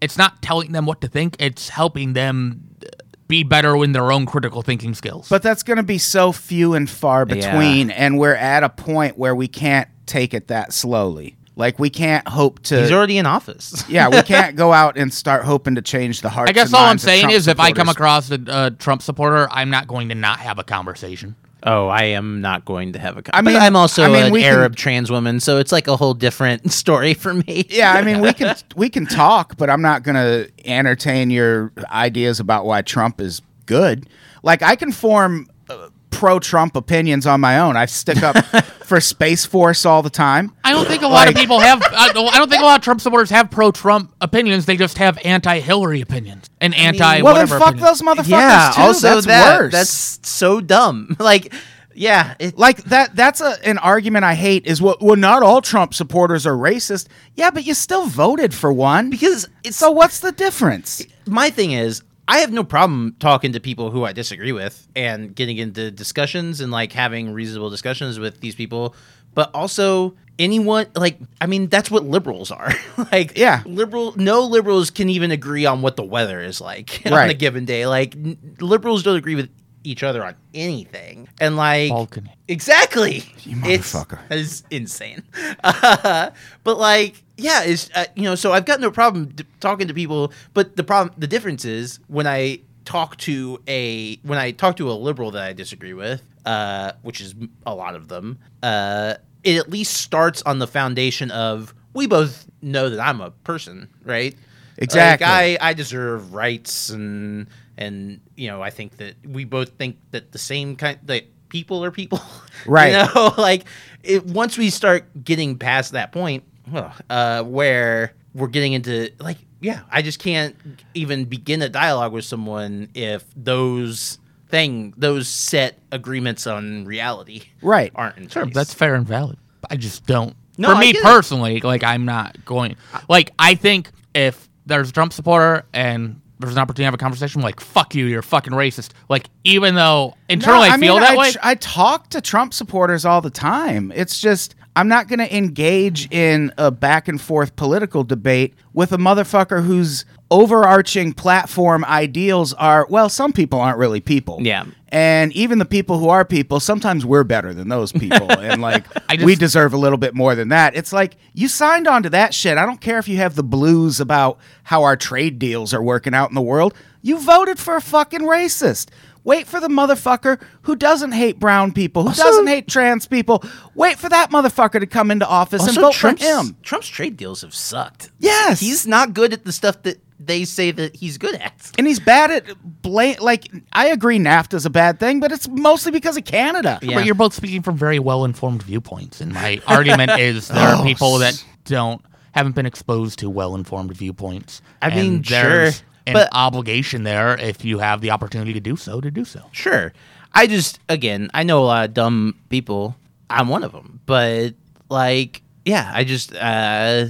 S3: It's not telling them what to think, it's helping them uh, be better in their own critical thinking skills.
S4: But that's going to be so few and far between, and we're at a point where we can't take it that slowly. Like we can't hope to.
S5: He's already in office.
S4: yeah, we can't go out and start hoping to change the hearts.
S3: I guess
S4: and
S3: all I'm
S4: minds of
S3: saying
S4: Trump
S3: is if I come
S4: supporters.
S3: across a, a Trump supporter, I'm not going to not have a conversation.
S5: Oh, I am not going to have a.
S4: I
S5: I mean,
S4: mean-
S5: I'm also
S4: I mean,
S5: an
S4: we can-
S5: Arab trans woman, so it's like a whole different story for me.
S4: Yeah, I mean we can we can talk, but I'm not going to entertain your ideas about why Trump is good. Like I can form uh, pro-Trump opinions on my own. I stick up for Space Force all the time.
S3: I don't think a lot
S4: Like-
S3: of people have. I don't I don't think a lot of Trump supporters have pro-Trump opinions. They just have anti-Hillary opinions and anti.
S4: well, then
S3: whatever
S4: fuck
S3: opinions.
S4: those motherfuckers
S5: yeah.
S4: too.
S5: also,
S4: that's
S5: that
S4: worse.
S5: that's so dumb. Like, yeah, it,
S4: like that that's a, an argument I hate is what well not all Trump supporters are racist. Yeah, but you still voted for one.
S5: because it's
S4: So what's the difference?
S5: my thing is I have no problem talking to people who I disagree with and getting into discussions and like having reasonable discussions with these people, but also anyone like I mean that's what liberals are. like
S4: Yeah.
S5: liberal no liberals can even agree on what the weather is like on a
S4: Right.
S5: given day. Like n- liberals don't agree with each other on anything. And like
S3: Balkan.
S5: Exactly. You
S4: motherfucker.
S5: It's, that is insane. but like, yeah, it's uh, you know, so I've got no problem d- talking to people, but the problem, the difference is when I talk to a when I talk to a liberal that I disagree with, uh, which is m- a lot of them, uh, it at least starts on the foundation of we both know that I'm a person, right?
S4: Exactly.
S5: Like I, I deserve rights and and you know, I think that we both think that the same kind that people are people. you
S4: Right.
S5: know? like it, once we start getting past that point, ugh, uh, where we're getting into like yeah, I just can't even begin a dialogue with someone if those thing those set agreements on reality
S4: Right.
S5: aren't in
S3: Sure,
S5: place.
S3: that's fair and valid. I just don't.
S5: No,
S3: For
S5: I
S3: me
S5: get it.
S3: personally, like I'm not going. Like I think if there's a Trump supporter and there's an opportunity to have a conversation, like fuck you, you're fucking racist. Like even though internally
S4: No,
S3: I, feel
S4: mean,
S3: that
S4: I
S3: way,
S4: tr- I talk to Trump supporters all the time. It's just I'm not going to engage in a back and forth political debate with a motherfucker whose overarching platform ideals are well, some people aren't really people.
S5: Yeah.
S4: And even the people who are people, sometimes we're better than those people. and like,
S3: I
S4: we
S3: just-
S4: deserve a little bit more than that. It's like, you signed on to that shit. I don't care if you have the blues about how our trade deals are working out in the world. You voted for a fucking racist. Wait for the motherfucker who doesn't hate brown people, who doesn't hate trans people. Wait for that motherfucker to come into office and
S5: also
S4: vote
S5: Trump's,
S4: for him.
S5: Trump's trade deals have sucked.
S4: Yes.
S5: He's not good at the stuff that they say that he's good at.
S4: and he's bad at blame. Like, I agree NAFTA's a bad thing, but it's mostly because of Canada.
S5: Yeah.
S3: but you're both speaking from very well informed viewpoints. And my argument is there are people that don't haven't been exposed to well informed viewpoints.
S5: I
S3: and
S5: mean,
S3: there's
S5: sure,
S3: an
S5: but-
S3: obligation there if you have the opportunity to do so to do so.
S5: Sure. I just again, I know a lot of dumb people. I'm one of them, but like, yeah, I just uh,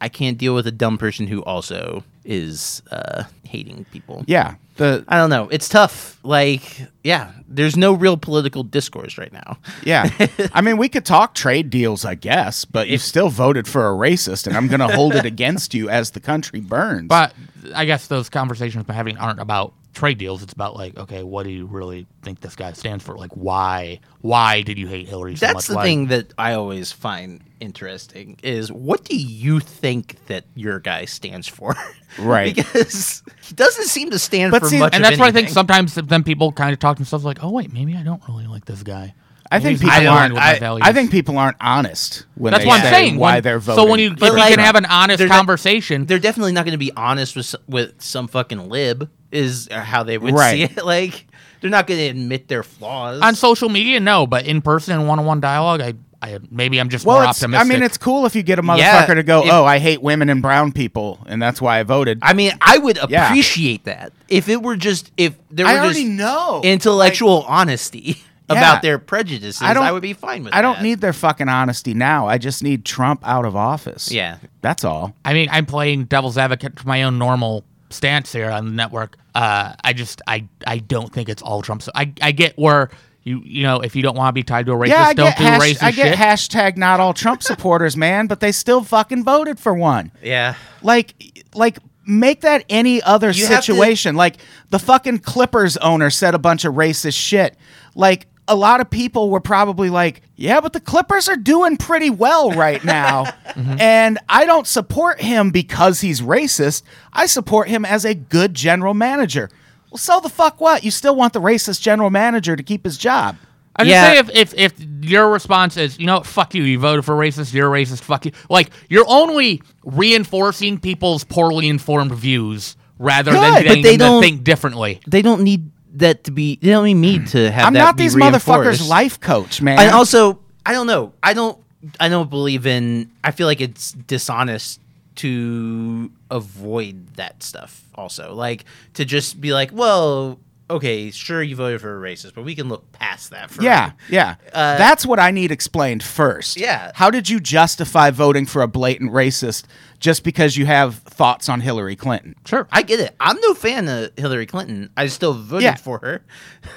S5: I can't deal with a dumb person who also is uh, hating people.
S4: Yeah. The
S5: I don't know. It's tough. Like, yeah, there's no real political discourse right now.
S4: Yeah. I mean, we could talk trade deals, I guess, but you still voted for a racist, and I'm going to hold it against you as the country burns.
S3: But I guess those conversations we're having aren't about trade deals. It's about like, okay, what do you really think this guy stands for? Like, why? Why did you hate Hillary so much?
S5: That's the
S3: Why-
S5: thing that I always find interesting is what do you think that your guy stands for?
S4: Right.
S5: because he doesn't seem to stand
S4: But
S5: for
S4: see,
S5: much
S3: And
S5: of
S3: that's why I think
S5: anything.
S3: sometimes then people kind of talk to themselves like, oh wait, maybe I don't really like this guy.
S4: I
S3: Maybe
S4: think
S3: he's not
S4: people
S3: aligned
S4: aren't.
S3: with my
S4: I,
S3: values.
S4: I think people aren't honest when
S3: that's
S4: they
S3: what I'm
S4: say
S3: saying.
S4: why
S3: When-
S4: they're voting.
S3: So when you, if
S5: But
S3: you
S5: like-
S3: can have an honest
S5: They're not-
S3: conversation,
S5: they're definitely not going to be honest with s- with some fucking lib is uh, how they would see
S4: Right.
S5: it. Like they're not going to admit their flaws.
S3: on social media, no, but in person and one-on-one dialogue, I, I maybe I'm just more
S4: well, it's,
S3: optimistic.
S4: I mean, it's cool if you get a motherfucker
S5: Yeah,
S4: to go,
S5: if-
S4: "Oh, I hate women and brown people, and that's why I voted."
S5: I mean, I would
S4: Yeah.
S5: appreciate that if it were just if there were
S4: I already
S5: just
S4: know.
S5: intellectual honesty
S4: Yeah.
S5: about their prejudices. I,
S4: don't-
S5: would be fine with.
S4: I don't
S5: that.
S4: need their fucking honesty now. I just need Trump out of office.
S5: Yeah.
S4: that's all.
S3: I mean, I'm playing devil's advocate to my own normal stance here on the network. Uh, I just, I, I don't think it's all Trump. So I, I get where you, you know, if you don't want to be tied to a racist,
S4: Yeah, I
S3: don't
S4: get,
S3: do
S4: hash-
S3: racist
S4: I get
S3: shit.
S4: hashtag not all Trump supporters, man, but they still fucking voted for one.
S5: Yeah.
S4: Like, like make that any other
S5: You have to-
S4: situation. like the fucking Clippers owner said a bunch of racist shit. Like a lot of people were probably like, "Yeah, but the Clippers are doing pretty well right now."
S3: Mm-hmm.
S4: And I don't support him because he's racist. I support him as a good general manager. Well, so the fuck what? You still want the racist general manager to keep his job.
S3: I just
S5: Yeah.
S3: say if, if, if your response is, you know, what, fuck you, you voted for racist, you're a racist, fuck you. Like, you're only reinforcing people's poorly informed views rather
S4: Good,
S3: than
S4: but
S3: getting
S5: they
S3: them to
S5: don't-
S3: think differently.
S5: They don't need that to be. They don't need me to have.
S4: I'm
S5: that
S4: not
S5: be
S4: these motherfuckers'
S5: reinforced.
S4: life coach, man.
S5: And also, I don't know. I don't. I don't believe in. I feel like it's dishonest to avoid that stuff. Also, like to just be like, well, okay, sure, you voted for a racist, but we can look past that. For
S4: Yeah, yeah. That's what I need explained first.
S5: Uh, Yeah.
S4: How did you justify voting for a blatant racist just because you have thoughts on Hillary Clinton?
S5: Sure, I get it. I'm no fan of Hillary Clinton. I still voted
S4: Yeah.
S5: for her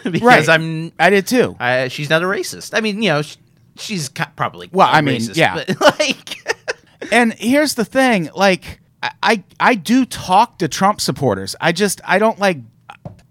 S5: because I'm.
S4: I did too.
S5: I, she's not a racist. I mean, you know, sh she's ki- probably
S4: Well, I
S5: a
S4: mean,
S5: racist,
S4: yeah.
S5: but like,
S4: and here's the thing, like I, I I do talk to Trump supporters. I just I don't like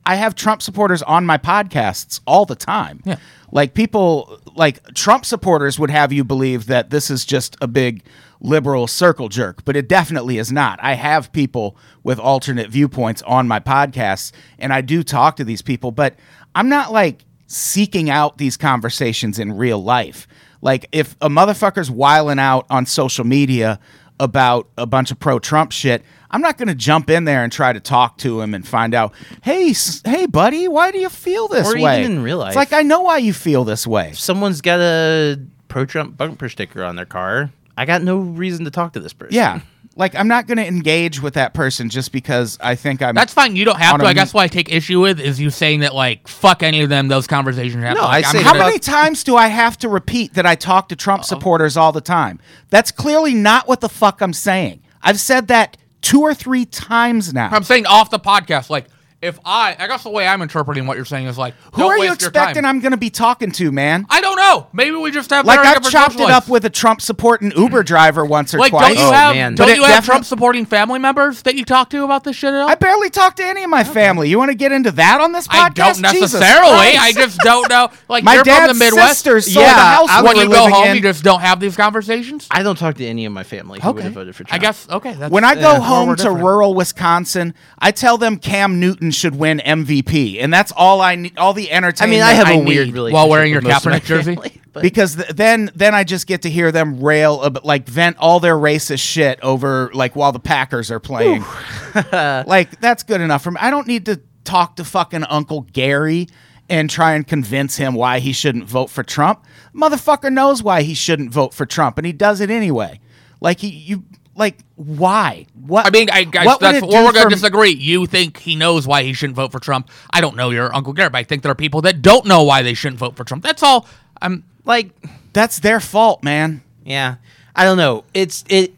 S4: I have Trump supporters on my podcasts all the time.
S3: Yeah.
S4: Like people like Trump supporters would have you believe that this is just a big liberal circle jerk, but it definitely is not. I have people with alternate viewpoints on my podcasts and I do talk to these people, but I'm not like seeking out these conversations in real life. Like if a motherfucker's wiling out on social media about a bunch of pro Trump shit, I'm not going to jump in there and try to talk to him and find out, "Hey, s- hey buddy, why do you feel this
S5: Or even
S4: way?"
S5: in real life.
S4: It's like I know why you feel this way.
S5: someone's got a pro-Trump bumper sticker on their car. I got no reason to talk to this person.
S4: Yeah. Like I'm not going to engage with that person just because I think I'm
S3: That's fine. You don't have
S4: On
S3: to.
S4: a
S3: I guess
S4: mute-
S3: what I take issue with is you saying that like fuck any of them. Those conversations happen.
S5: No,
S3: like,
S5: I
S3: I'm
S5: say
S3: gonna-
S4: How many times do I have to repeat that I talk to Trump supporters all the time? That's clearly not what the fuck I'm saying. I've said that two or three times now.
S3: I'm saying off the podcast. Like if I, I guess the way I'm interpreting what you're saying is like,
S4: Who
S3: don't
S4: are you
S3: waste your time.
S4: expecting I'm going to be talking to, man?
S3: I don't know. Maybe we just have
S4: Like
S3: very
S4: I've
S3: different
S4: chopped
S3: social
S4: it up
S3: lives.
S4: with a Trump supporting Uber driver once or
S3: Like,
S4: twice.
S3: Mm. don't you
S5: Oh,
S3: have
S5: man.
S3: don't
S4: But it
S3: you have
S4: defi-
S3: Trump supporting family members that you talk to about this shit at all?
S4: I barely talk to any of my family. You want to get into that on this podcast?
S3: I don't
S4: Jesus
S3: necessarily.
S4: Christ.
S3: I just don't know. Like
S4: My
S3: you're from the
S4: dad's
S3: Midwest.
S4: sister sold
S5: Yeah,
S4: the house
S5: I
S4: we
S3: when
S4: were
S3: you go
S4: living
S3: home,
S4: in.
S3: you just don't have these conversations.
S5: I don't talk to any of my family who would have voted for
S3: I
S5: Trump.
S3: guess okay. That's,
S4: when I go
S3: yeah,
S4: home
S3: we're
S4: to
S3: different.
S4: rural Wisconsin, I tell them Cam Newton should win MVP, and that's all I need. All the
S5: I
S4: entertainment.
S5: mean, I have
S4: a
S5: a weird
S4: need.
S5: relationship
S3: while wearing
S5: with
S3: your
S5: most of my
S3: Kaepernick jersey.
S5: family, but-
S4: because th- then then I just get to hear them rail about like vent all their racist shit over like while the Packers are playing. like that's good enough for me. I don't need to talk to fucking Uncle Gary and try and convince him why he shouldn't vote for Trump. Motherfucker knows why he shouldn't vote for Trump and he does it anyway. Like he you like why? What
S3: I mean, I guess
S4: what would
S3: that's
S4: it
S3: where
S4: do
S3: we're going
S4: for-
S3: to disagree. You think he knows why he shouldn't vote for Trump. I don't know your Uncle Garrett, but I think there are people that don't know why they shouldn't vote for Trump. That's all. I'm.
S5: like,
S4: That's their fault, man.
S5: yeah, I don't know. It's it,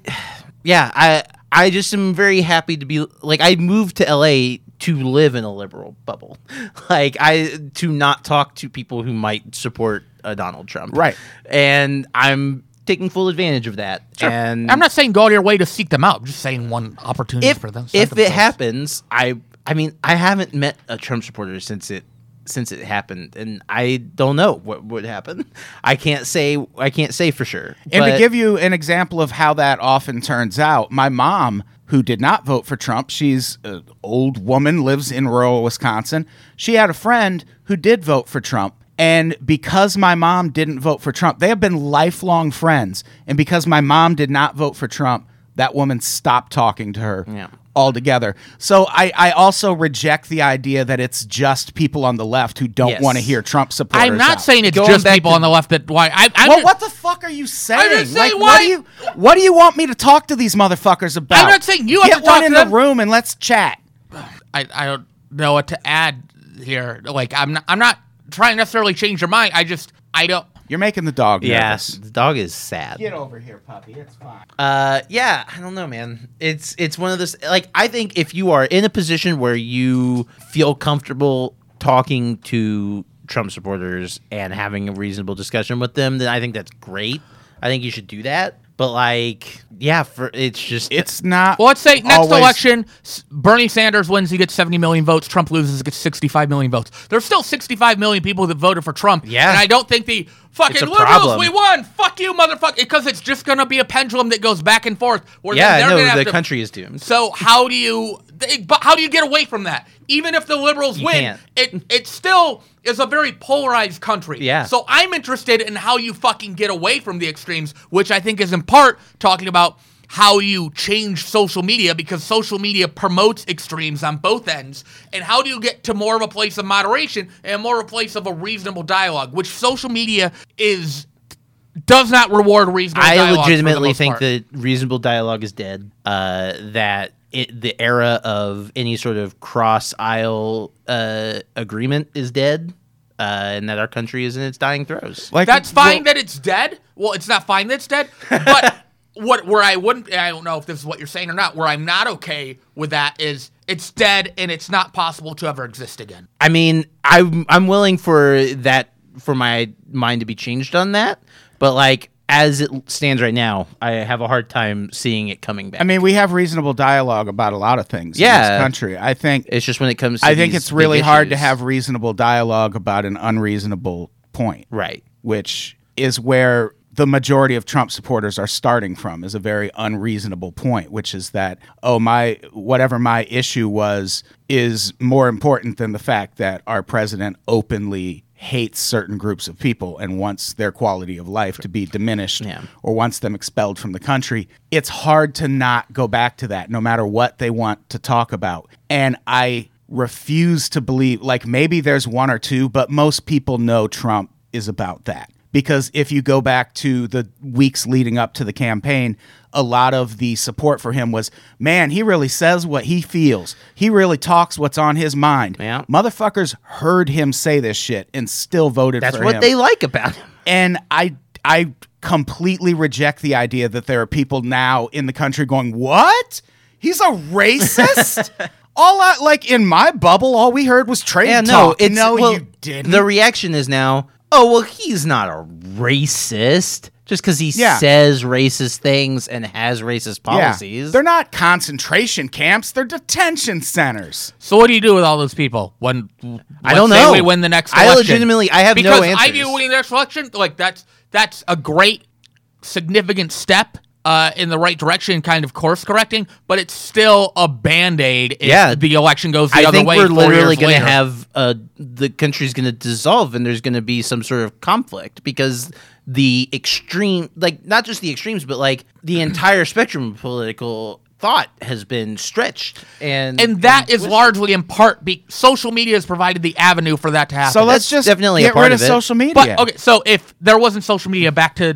S5: yeah. I I just am very happy to be like I moved to L.A. to live in a liberal bubble, like I to not talk to people who might support uh, Donald Trump,
S4: Right.
S5: And I'm taking full advantage of that. And
S3: I'm not saying go out of your way to seek them out. I'm just saying one opportunity
S5: if
S3: for them.
S5: if it
S3: happens,
S5: happens, I I mean I haven't met a Trump supporter since it since it happened, and I don't know what would happen. I can't say I can't say for sure.
S4: And
S5: but-
S4: to give you an example of how that often turns out, my mom, who did not vote for Trump, she's an old woman, lives in rural Wisconsin. She had a friend who did vote for Trump. And because my mom didn't vote for Trump, they have been lifelong friends. And because my mom did not vote for Trump, that woman stopped talking to her
S5: Yeah.
S4: altogether. So I, I also reject the idea that it's just people on the left who don't
S5: Yes.
S4: want to hear Trump supporters.
S3: I'm not
S4: out.
S3: saying it's
S5: Going
S3: just
S5: back
S3: people
S5: to-
S3: on the left that why. I, I'm
S4: Well,
S3: just-
S4: what the fuck are you saying?
S3: just saying
S4: like,
S3: why-
S4: what do you what do you want me to talk to these motherfuckers about?
S3: I'm not saying you have
S4: Get
S3: to talk
S4: one in
S3: to
S4: the
S3: them.
S4: room and let's chat.
S3: I, I don't know what to add here. Like I'm not, I'm not trying to necessarily change your mind. I just I don't.
S4: You're making the dog
S5: yes,
S4: nervous.
S5: the dog is sad.
S4: over here, puppy. It's fine.
S5: Uh, yeah, I don't know, man. It's it's one of those like I think if you are in a position where you feel comfortable talking to Trump supporters and having a reasonable discussion with them, then I think that's great. I think you should do that. But like, yeah, for it's just
S4: It's not.
S3: Well, let's say next
S4: always-
S3: election, S- Bernie Sanders wins, he gets 70 million votes. Trump loses, gets 65 million votes. There's still 65 million people that voted for Trump.
S5: Yeah.
S3: And I don't think the
S5: It's a
S3: fucking liberals,
S5: problem.
S3: we won. Fuck you, motherfucker. Because it's just going to be a pendulum that goes back and forth. Where then
S5: yeah,
S3: they're gonna
S5: no,
S3: have
S5: the
S3: to-
S5: country is doomed.
S3: So how do you? they- But how do you get away from that? Even if the liberals win,
S5: can't.
S3: it it still is a very polarized country.
S5: Yeah.
S3: So I'm interested in how you fucking get away from the extremes, which I think is in part talking about how you change social media because social media promotes extremes on both ends and how do you get to more of a place of moderation and more of a place of a reasonable dialogue which social media is does not reward reasonable dialogue
S5: I
S3: for the
S5: legitimately
S3: most
S5: think
S3: part.
S5: that reasonable dialogue is dead. Uh, that it, the era of any sort of cross aisle uh, agreement is dead, uh, and that our country is in its dying throes.
S4: Like
S3: That's fine
S4: well,
S3: that it's dead. Well, it's not fine that it's dead, but what where I wouldn't and I don't know if this is what you're saying or not, where I'm not okay with that is it's dead and it's not possible to ever exist again.
S5: I mean, I'm I'm willing for that for my mind to be changed on that, but like as it stands right now, I have a hard time seeing it coming back.
S4: I mean, we have reasonable dialogue about a lot of things in
S5: Yeah.
S4: this country. I think
S5: it's just when it comes. to
S4: I think
S5: these
S4: it's really
S5: big
S4: hard to
S5: issues.
S4: have reasonable dialogue about an unreasonable point,
S5: right.
S4: which is where the majority of Trump supporters are starting from is a very unreasonable point, which is that oh my whatever my issue was is more important than the fact that our president openly hates certain groups of people and wants their quality of life to be diminished
S5: Yeah.
S4: or wants them expelled from the country. It's hard to not go back to that no matter what they want to talk about. And I refuse to believe, like, maybe there's one or two, but most people know Trump is about that. Because if you go back to the weeks leading up to the campaign, a lot of the support for him was, man, he really says what he feels. He really talks what's on his mind.
S5: Yeah.
S4: Motherfuckers heard him say this shit and still voted
S5: That's
S4: for
S5: what
S4: him
S5: they like about him.
S4: and I I completely reject the idea that there are people now in the country going, "What? He's a racist?" all I, like in my bubble, all we heard was trade
S5: Yeah, no,
S4: talk.
S5: it's
S4: no,
S5: well,
S4: you didn't.
S5: The reaction is now, oh well, he's not a racist just because he
S4: Yeah.
S5: says racist things and has racist policies.
S4: They're not concentration camps; they're detention centers.
S3: So what do you do with all those people when
S5: I don't
S3: let's say
S5: know.
S3: we win the next
S5: I
S3: election?
S5: legitimately- I have no
S3: because I
S5: answers.
S3: view winning the next election like that's that's a great significant step uh, in the right direction, kind of course correcting, but it's still a band aid if
S5: Yeah.
S3: the election goes the
S5: I
S3: other
S5: think
S3: way.
S5: we're
S3: four
S5: literally
S3: years
S5: going to
S3: later.
S5: have uh, the country's going to dissolve, and there's going to be some sort of conflict because the extreme, like not just the extremes, but like the entire spectrum of political thought has been stretched, and
S3: and that is largely in part be social media has provided the avenue for that to happen.
S4: So let's
S5: That's
S4: just
S5: definitely a
S4: get
S5: part
S4: rid
S5: of
S4: of,
S5: it.
S4: social media.
S3: But okay, so if there wasn't social media, back to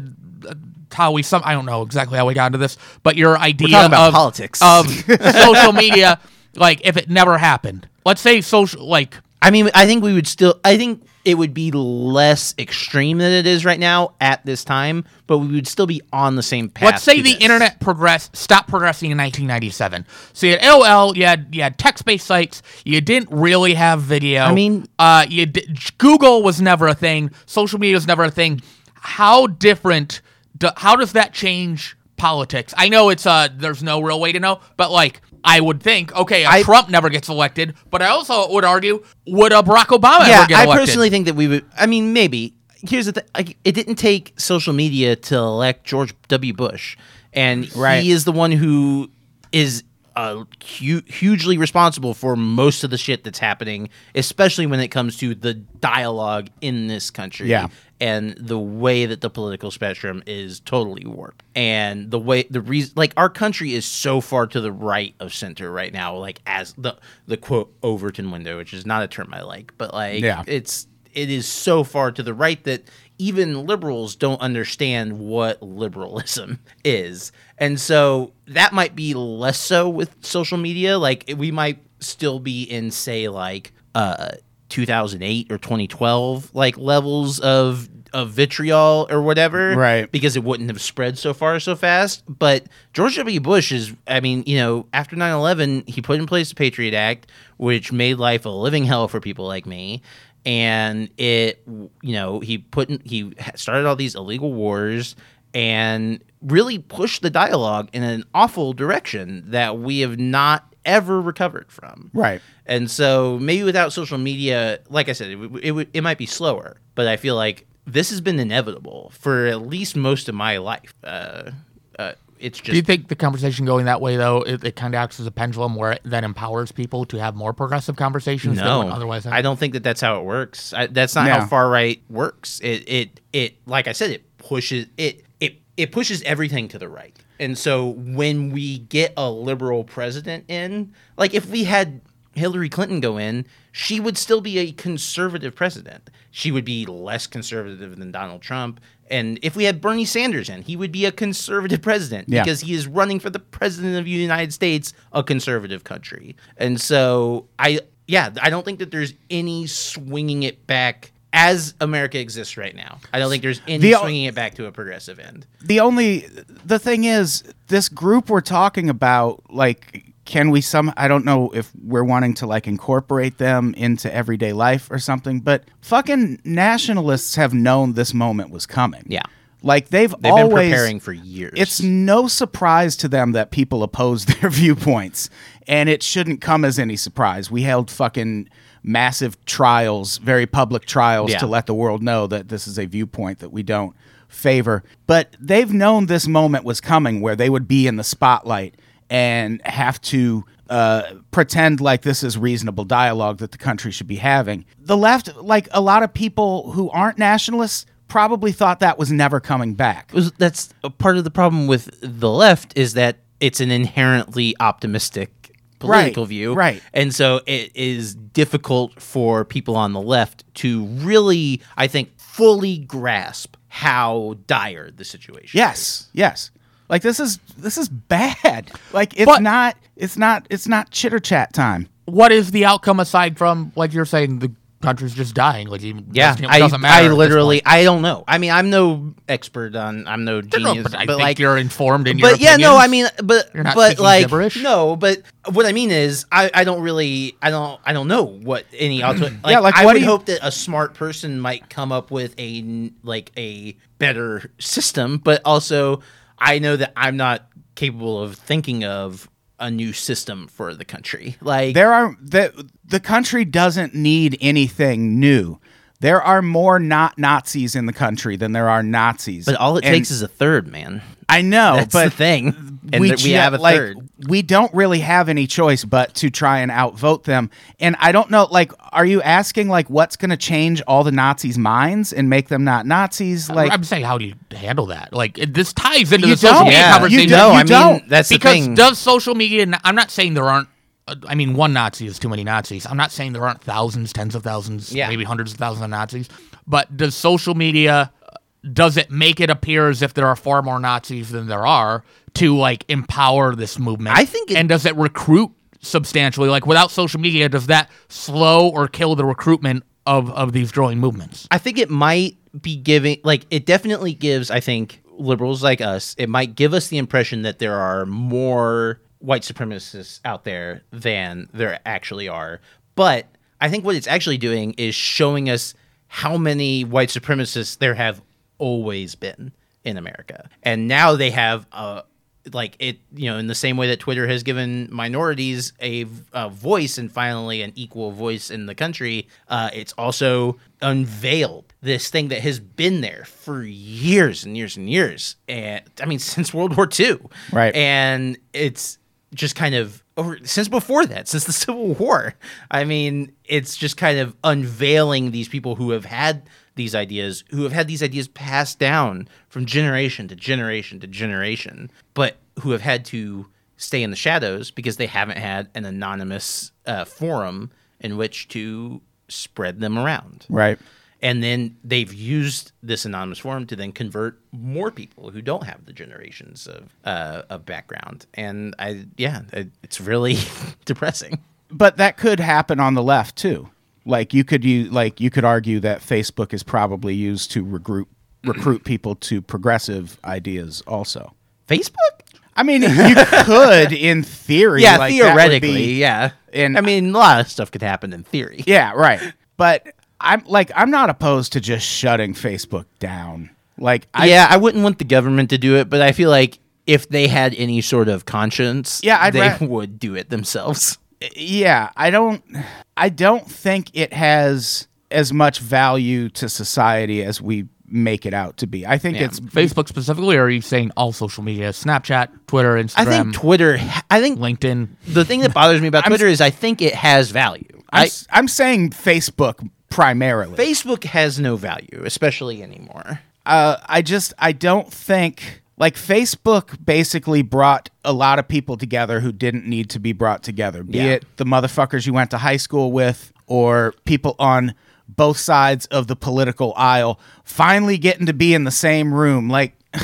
S3: uh, how we some I don't know exactly how we got into this, but your idea
S5: talking about
S3: of
S5: politics.
S3: of social media, like if it never happened. Let's say social, like
S5: I mean, I think we would still. I think it would be less extreme than it is right now at this time, but we would still be on the same path.
S3: let's say
S5: to
S3: the
S5: this.
S3: internet progressed, stopped progressing in 1997. So you had AOL, you had you had text-based sites, you didn't really have video. I
S5: mean-
S3: uh, you di- Google was never a thing, social media was never a thing. How different? Do, how does that change politics? I know it's uh, there's no real way to know, but like. I would think, okay, if Trump never gets elected, but I also would argue, would a Barack Obama
S5: Yeah,
S3: ever get
S5: I
S3: elected?
S5: personally think that we would. I mean, maybe. Here's the thing: like, it didn't take social media to elect George W. Bush, and
S4: Right.
S5: he is the one who is uh, hu- hugely responsible for most of the shit that's happening, especially when it comes to the dialogue in this country.
S4: Yeah.
S5: and the way that the political spectrum is totally warped and the way the reason like our country is so far to the right of center right now like as the the quote overton window which is not a term i like but like
S4: Yeah.
S5: it's it is so far to the right that even liberals don't understand what liberalism is and so that might be less so with social media like we might still be in say like uh 2008 or 2012 like levels of of vitriol or whatever
S4: Right.
S5: because it wouldn't have spread so far so fast but george w bush is i mean you know after 9-11 he put in place the patriot act which made life a living hell for people like me and it you know he put in, he ha- started all these illegal wars and really pushed the dialogue in an awful direction that we have not ever recovered from
S4: right.
S5: and so maybe without social media, like I said, it, w- it, would it might be slower, but I feel like this has been inevitable for at least most of my life. Uh, uh, it's
S3: Do you
S5: just
S3: think the conversation going that way though it, it kind of acts as a pendulum where it then empowers people to have more progressive conversations? that
S5: no.
S3: would otherwise,
S5: I don't think that that's how it works. I, that's not
S4: No.
S5: how far right works. It it it like I said, it pushes it it it pushes everything to the right. And so when we get a liberal president in, like if we had Hillary Clinton go in, she would still be a conservative president. She would be less conservative than Donald Trump. And if we had Bernie Sanders in, he would be a conservative president
S4: Yeah.
S5: because he is running for the president of the United States, a conservative country. And so I yeah, I don't think that there's any swinging it back as America exists right now. I don't think there's any
S4: The-
S5: swinging it back to a progressive end.
S4: the only the thing is this group we're talking about like can we some i don't know if we're wanting to like incorporate them into everyday life or something but fucking nationalists have known this moment was coming
S5: Yeah.
S4: like they've,
S5: They've
S4: always
S5: been preparing for years.
S4: it's no surprise to them that people oppose their viewpoints, and it shouldn't come as any surprise. We held fucking massive trials, very public trials,
S5: Yeah.
S4: to let the world know that this is a viewpoint that we don't favor. But they've known this moment was coming where they would be in the spotlight and have to uh, pretend like this is reasonable dialogue that the country should be having. The left, like a lot of people who aren't nationalists, probably thought that was never coming back.
S5: was- that's a part of the problem with the left is that it's an inherently optimistic political
S4: Right,
S5: view
S4: right.
S5: and so it is difficult for people on the left to really i think fully grasp how dire the situation is.
S4: Yes, yes. Like this is this is bad. Like it's
S3: But-
S4: not it's not it's not chitter chat time.
S3: What is the outcome aside from like you're saying the country's just dying? Like it
S5: yeah
S3: doesn't, it
S5: I,
S3: doesn't matter.
S5: I
S3: at this
S5: literally
S3: point.
S5: i don't know i mean i'm no expert on i'm no
S3: I don't know,
S5: genius
S3: but I
S5: but,
S3: think
S5: like
S3: you're informed in your
S5: but yeah, no,
S3: opinions.
S5: I mean, but
S3: You're not
S5: but
S3: speaking
S5: like
S3: gibberish?
S5: no, but what I mean is, I, I don't really, I don't, I don't know what any alternative. Like,
S4: like,
S5: I
S4: what do
S5: would
S4: you-
S5: hope that a smart person might come up with a n- like a better system, but also I know that I'm not capable of thinking of a new system for the country. Like
S4: There are the the country doesn't need anything new. There are more not Nazis in the country than there are Nazis.
S5: But all it
S4: And
S5: takes is a third man.
S4: I know,
S5: That's
S4: but
S5: the thing, and that we
S4: ju-
S5: have a
S4: like,
S5: third.
S4: We don't really have any choice but to try and outvote them. And I don't know, like, are you asking like what's going to change all the Nazis' minds and make them not Nazis? Like,
S3: I'm saying, how do you handle that? Like it- this ties into
S4: You
S3: the social
S4: don't.
S3: media
S4: Yeah, you
S3: conversation.
S4: don't.
S5: No, I
S4: You
S5: mean
S4: don't,
S5: that's
S3: because
S5: the thing.
S3: does social media? I'm not saying there aren't. uh, I mean, one Nazi is too many Nazis. I'm not saying there aren't thousands, tens of thousands,
S5: Yeah.
S3: maybe hundreds of thousands of Nazis. But does social media? uh, Does it make it appear as if there are far more Nazis than there are to like empower this movement?
S5: I think it-
S3: and does it recruit substantially? Like without social media, does that slow or kill the recruitment of of these growing movements?
S5: I think it might be giving like it definitely gives I think liberals like us it might give us the impression that there are more white supremacists out there than there actually are. But I think what it's actually doing is showing us how many white supremacists there have always been in America. And now they have a like it you know in the same way that twitter has given minorities a, v- a voice and finally an equal voice in the country uh, it's also unveiled this thing that has been there for years and years and years and i mean since world war ii
S4: Right.
S5: and it's just kind of over since before that since the civil war i mean it's just kind of unveiling these people who have had these ideas who have had these ideas passed down from generation to generation to generation but who have had to stay in the shadows because they haven't had an anonymous uh, forum in which to spread them around
S4: right.
S5: and then they've used this anonymous forum to then convert more people who don't have the generations of uh, of background. And I, yeah, it, it's really depressing.
S4: but that could happen on the left too. Like you could you like you could argue that Facebook is probably used to regroup recruit people to progressive ideas also.
S5: Facebook,
S4: I mean, you could in theory,
S5: yeah,
S4: like, that would
S5: theoretically,
S4: be-
S5: yeah.
S4: and-
S5: And I mean, a lot of stuff could happen in theory.
S4: yeah, right. But I'm like I'm not opposed to just shutting Facebook down. Like I
S5: yeah, I wouldn't want the government to do it, but I feel like if they had any sort of conscience,
S4: Yeah, I'd
S5: they
S4: ra-
S5: would do it themselves.
S4: yeah, I don't I don't think it has as much value to society as we make it out to be. I think it's
S3: Facebook specifically, or are you saying all social media? Snapchat, Twitter, Instagram,
S5: I think Twitter. I think
S3: LinkedIn.
S5: the thing that bothers me about
S4: I'm s-
S5: Twitter is I think it has value.
S4: I'm,
S5: I,
S4: s am saying Facebook primarily.
S5: Facebook has no value, especially anymore.
S4: uh, I just I don't think like Facebook basically brought a lot of people together who didn't need to be brought together, be
S5: Yeah.
S4: it the motherfuckers you went to high school with or people on both sides of the political aisle finally getting to be in the same room. Like,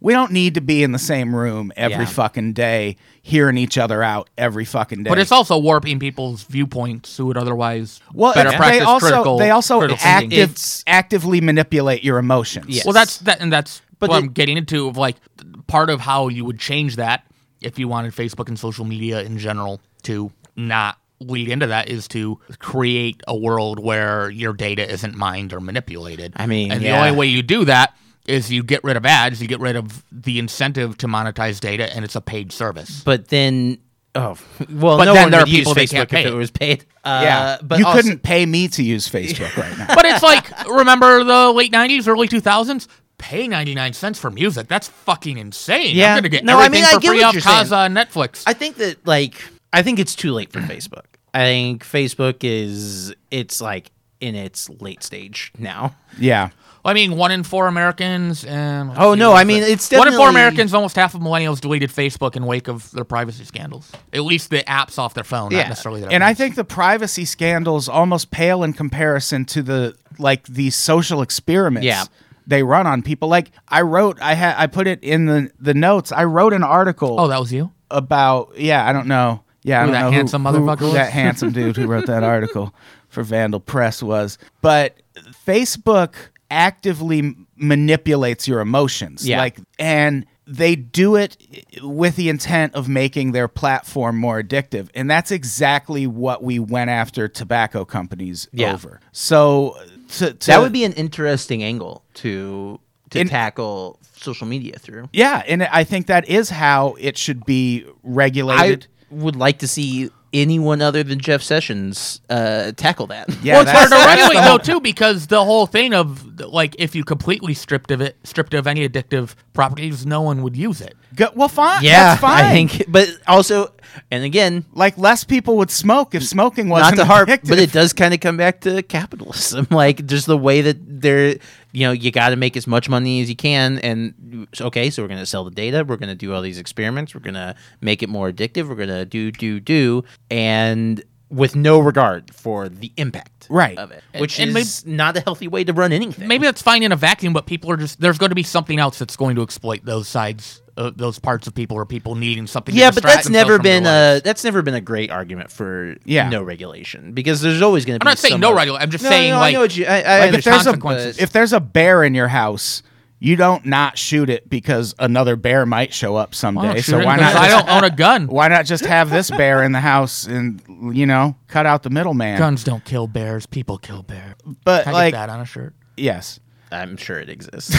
S4: we don't need to be in the same room every
S5: Yeah.
S4: fucking day, hearing each other out every fucking day.
S3: But it's also warping people's viewpoints who would otherwise
S4: well,
S3: better
S4: it's-
S3: practice
S4: they also
S3: critical.
S4: they also
S3: critical thinking.
S4: active,
S5: It's-
S4: actively manipulate your emotions.
S5: Yes.
S3: Well, that's that, and that's
S5: But
S3: what
S5: the-
S3: I'm getting into of like th- part of how you would change that if you wanted Facebook and social media in general to not lead into that is to create a world where your data isn't mined or manipulated.
S5: I mean,
S3: and
S5: yeah.
S3: the only way you do that is you get rid of ads, you get rid of the incentive to monetize data, and it's a paid service.
S5: But then, oh, well,
S3: But
S5: no
S3: then
S5: one
S3: there
S5: would
S3: are
S5: use
S3: people that
S5: Facebook
S3: can't
S5: if
S3: pay
S5: it
S3: it.
S5: was paid. Uh,
S4: Yeah,
S5: but
S4: you
S5: also-
S4: couldn't pay me to use Facebook right now.
S3: but it's like remember the late 90s early 2000s pay 99 cents for music that's fucking insane
S5: Yeah.
S3: i'm gonna get
S5: No, I
S3: everything
S5: mean, I
S3: for
S5: get
S3: free
S5: what
S3: off
S5: you're saying.
S3: kaza and netflix
S5: I think that like I think it's too late for Facebook. I think Facebook is it's like in its late stage now.
S4: Yeah.
S3: Well, I mean, one in four Americans. And let's
S5: Oh,
S3: see,
S5: no,
S3: what's
S5: I mean,
S3: that?
S5: it's
S3: one in four
S5: definitely-
S3: Americans. Almost half of millennials deleted Facebook in wake of their privacy scandals. At least the apps off their phone,
S5: Yeah.
S3: not necessarily. Their
S4: And I
S3: apps.
S4: think the privacy scandals almost pale in comparison to the like the social experiments
S5: Yeah.
S4: they run on people. Like I wrote I had I put it in the the notes. I wrote an article
S3: Oh, that was you.
S4: about yeah, I don't know. Yeah, I
S3: Who
S4: don't
S3: that
S4: know
S3: handsome
S4: who,
S3: motherfucker
S4: who
S3: was?
S4: that handsome dude who wrote that article for Vandal Press was. But Facebook actively m- manipulates your emotions.
S5: Yeah.
S4: Like and they do it with the intent of making their platform more addictive. And that's exactly what we went after tobacco companies
S5: Yeah.
S4: over. So to, to
S5: That would be an interesting angle to to
S4: In-
S5: tackle social media through.
S4: yeah, and I think that is how it should be
S5: I
S4: regulated.
S5: would like to see anyone other than Jeff Sessions uh, tackle that.
S4: yeah,
S3: well, it's hard to
S4: that's- that's the
S3: regulate
S4: whole
S3: though too, because the whole thing of like if you completely stripped of it, stripped of any addictive properties, no one would use it.
S4: Go, well, fine.
S5: Yeah,
S4: that's fine.
S5: I think, but also, and again,
S4: like less people would smoke if smoking wasn't
S5: not to harp,
S4: addictive.
S5: but it does kind of come back to capitalism. Like just the way that they're, you know, you got to make as much money as you can. And so, okay, so we're going to sell the data. We're going to do all these experiments. We're going to make it more addictive. We're going to do, do, do, and with no regard for the impact,
S4: Right.
S5: of it, which
S3: and
S5: is not a healthy way to run anything.
S3: Maybe that's fine in a vacuum, but people are just there's going to be something else that's going to exploit those sides, uh, those parts of people, or people needing something.
S5: Yeah,
S3: to
S5: but
S3: distract
S5: that's never
S3: themselves from their
S5: been
S3: lives.
S5: a that's never been a great argument for
S4: Yeah.
S5: no regulation because there's always going to
S3: I'm
S5: be.
S3: not saying no
S5: some-
S3: regulation. I'm just
S5: No,
S3: saying
S5: no,
S3: like
S5: I know what you. I, I
S4: Like, if there's
S5: understand,
S3: consequences.
S5: but-
S4: a if there's a bear in your house, you don't not shoot it because another bear might show up
S3: Well,
S4: someday.
S3: shoot
S4: So
S3: it,
S4: why
S3: 'cause
S4: not?
S3: I
S4: just-
S3: don't own a gun.
S4: Why not just have this bear in the house and you know cut out the middleman?
S3: Guns don't kill bears. People kill bears.
S4: But
S3: Can I
S4: like
S3: get that on a shirt?
S4: yes,
S5: I'm sure it exists.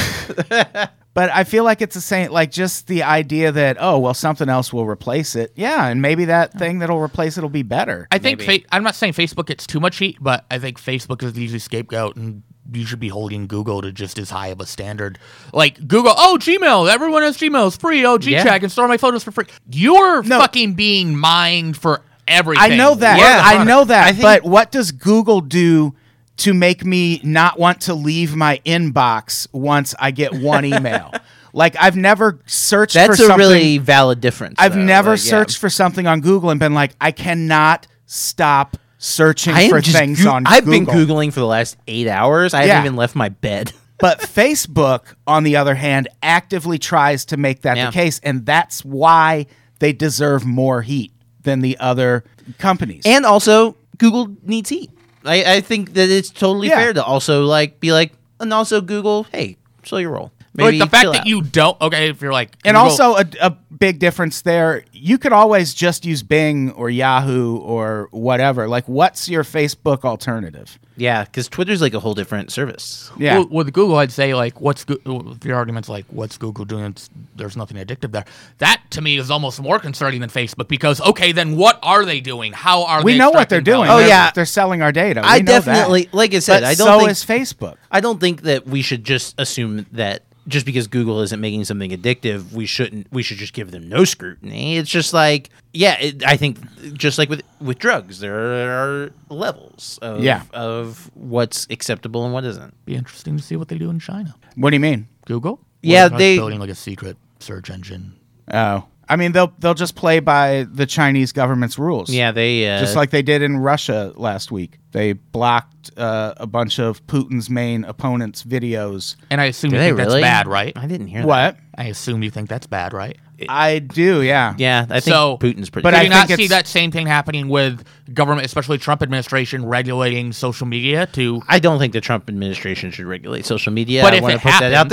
S4: but I feel like it's the same. Like just the idea that oh well something else will replace it. Yeah, and maybe that thing that'll replace it'll be better.
S3: I think
S5: Maybe.
S3: fa- I'm not saying Facebook gets too much heat, but I think Facebook is the easy scapegoat, and you should be holding Google to just as high of a standard. Like Google, oh Gmail, everyone has Gmail, it's free. Oh Gchat,
S5: Yeah.
S3: I can store my photos for free. You're
S4: No.
S3: fucking being mined for everything.
S4: I know that.
S3: We're the
S4: I
S3: product.
S4: know that.
S5: I think-
S4: but what does Google do to make me not want to leave my inbox once I get one email? like I've never searched
S5: That's
S4: for
S5: a
S4: something.
S5: really valid difference.
S4: I've
S5: though.
S4: never
S5: Like, yeah.
S4: searched for something on Google and been like, I cannot stop searching
S5: I am
S4: for
S5: just
S4: things
S5: Goo-
S4: on
S5: I've
S4: Google.
S5: been googling for the last eight hours. I
S4: Yeah.
S5: haven't even left my bed.
S4: but Facebook, on the other hand, actively tries to make that
S5: Yeah.
S4: the case, and that's why they deserve more heat than the other companies.
S5: And also, Google needs heat. I, I think that it's totally
S4: Yeah.
S5: fair to also like be like, and also Google, hey, slow your roll.
S3: But
S5: Maybe
S3: the fact
S5: chill
S3: that
S5: out.
S3: you don't. Okay, if you're like,
S4: and
S3: Google-
S4: also a, a big difference there you could always just use bing or yahoo or whatever like what's your facebook alternative
S5: yeah, because Twitter's like a whole different service.
S4: yeah
S3: Well, with Google, I'd say like, what's Goo- your argument's like, what's Google doing? It's, there's nothing addictive there. That to me is almost more concerning than Facebook because okay, then what are they doing? How are
S4: we
S3: they
S4: know what they're
S3: extracting
S4: doing
S3: value?
S4: They're-
S5: Oh, yeah.
S4: they're selling our data We
S5: I
S4: know that.
S5: definitely- like I said,
S4: But
S5: I don't
S4: so
S5: think-
S4: is facebook
S5: I don't think that we should just assume that just because Google isn't making something addictive, we shouldn't. We should just give them no scrutiny. It's just like, yeah, it, I think just like with with drugs, there are levels of
S4: Yeah.
S5: of what's acceptable and what isn't.
S3: Be interesting to see what they do in China.
S4: what do you mean
S3: Google. What
S5: Yeah,
S3: if I was
S5: they-
S3: building like a secret
S6: search engine.
S4: Oh, I mean they'll they'll just play by the Chinese government's rules.
S5: Yeah, they uh,
S4: just like they did in Russia last week. They blocked uh, a bunch of Putin's main opponents' videos.
S3: And I assume
S5: do
S3: you
S5: they
S3: think
S5: really?
S3: that's bad, right?
S5: I didn't hear that.
S4: What?
S3: I assume you think that's bad, right?
S4: I do, yeah.
S5: Yeah, I think
S3: So-
S5: Putin's pretty.
S4: But
S3: Did
S4: I
S3: you not
S4: think
S3: see
S4: it's-
S3: that same thing happening with government, especially Trump administration, regulating social media to?
S5: I don't think the Trump administration should regulate social media.
S3: But
S5: I
S3: if
S5: want to
S3: it
S5: put that out
S3: happened-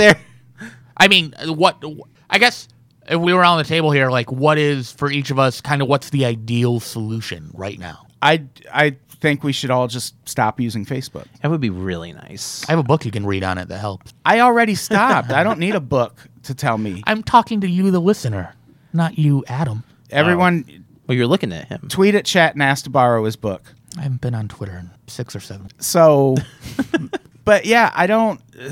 S5: there.
S3: I mean, uh, what? I guess if we were on the table here, like, what is for each of us? Kind of what's the ideal solution right now?
S4: I I think we should all just stop using Facebook.
S5: That would be really nice.
S3: I have a book you can read on it that helps.
S4: I already stopped. I don't need a book to tell me.
S3: I'm talking to you, the listener, not you, Adam.
S4: Everyone
S5: Well, you're looking at him.
S4: tweet at Chat and ask to borrow his book.
S3: I haven't been on Twitter in six or seven.
S4: So, but yeah, I don't. uh,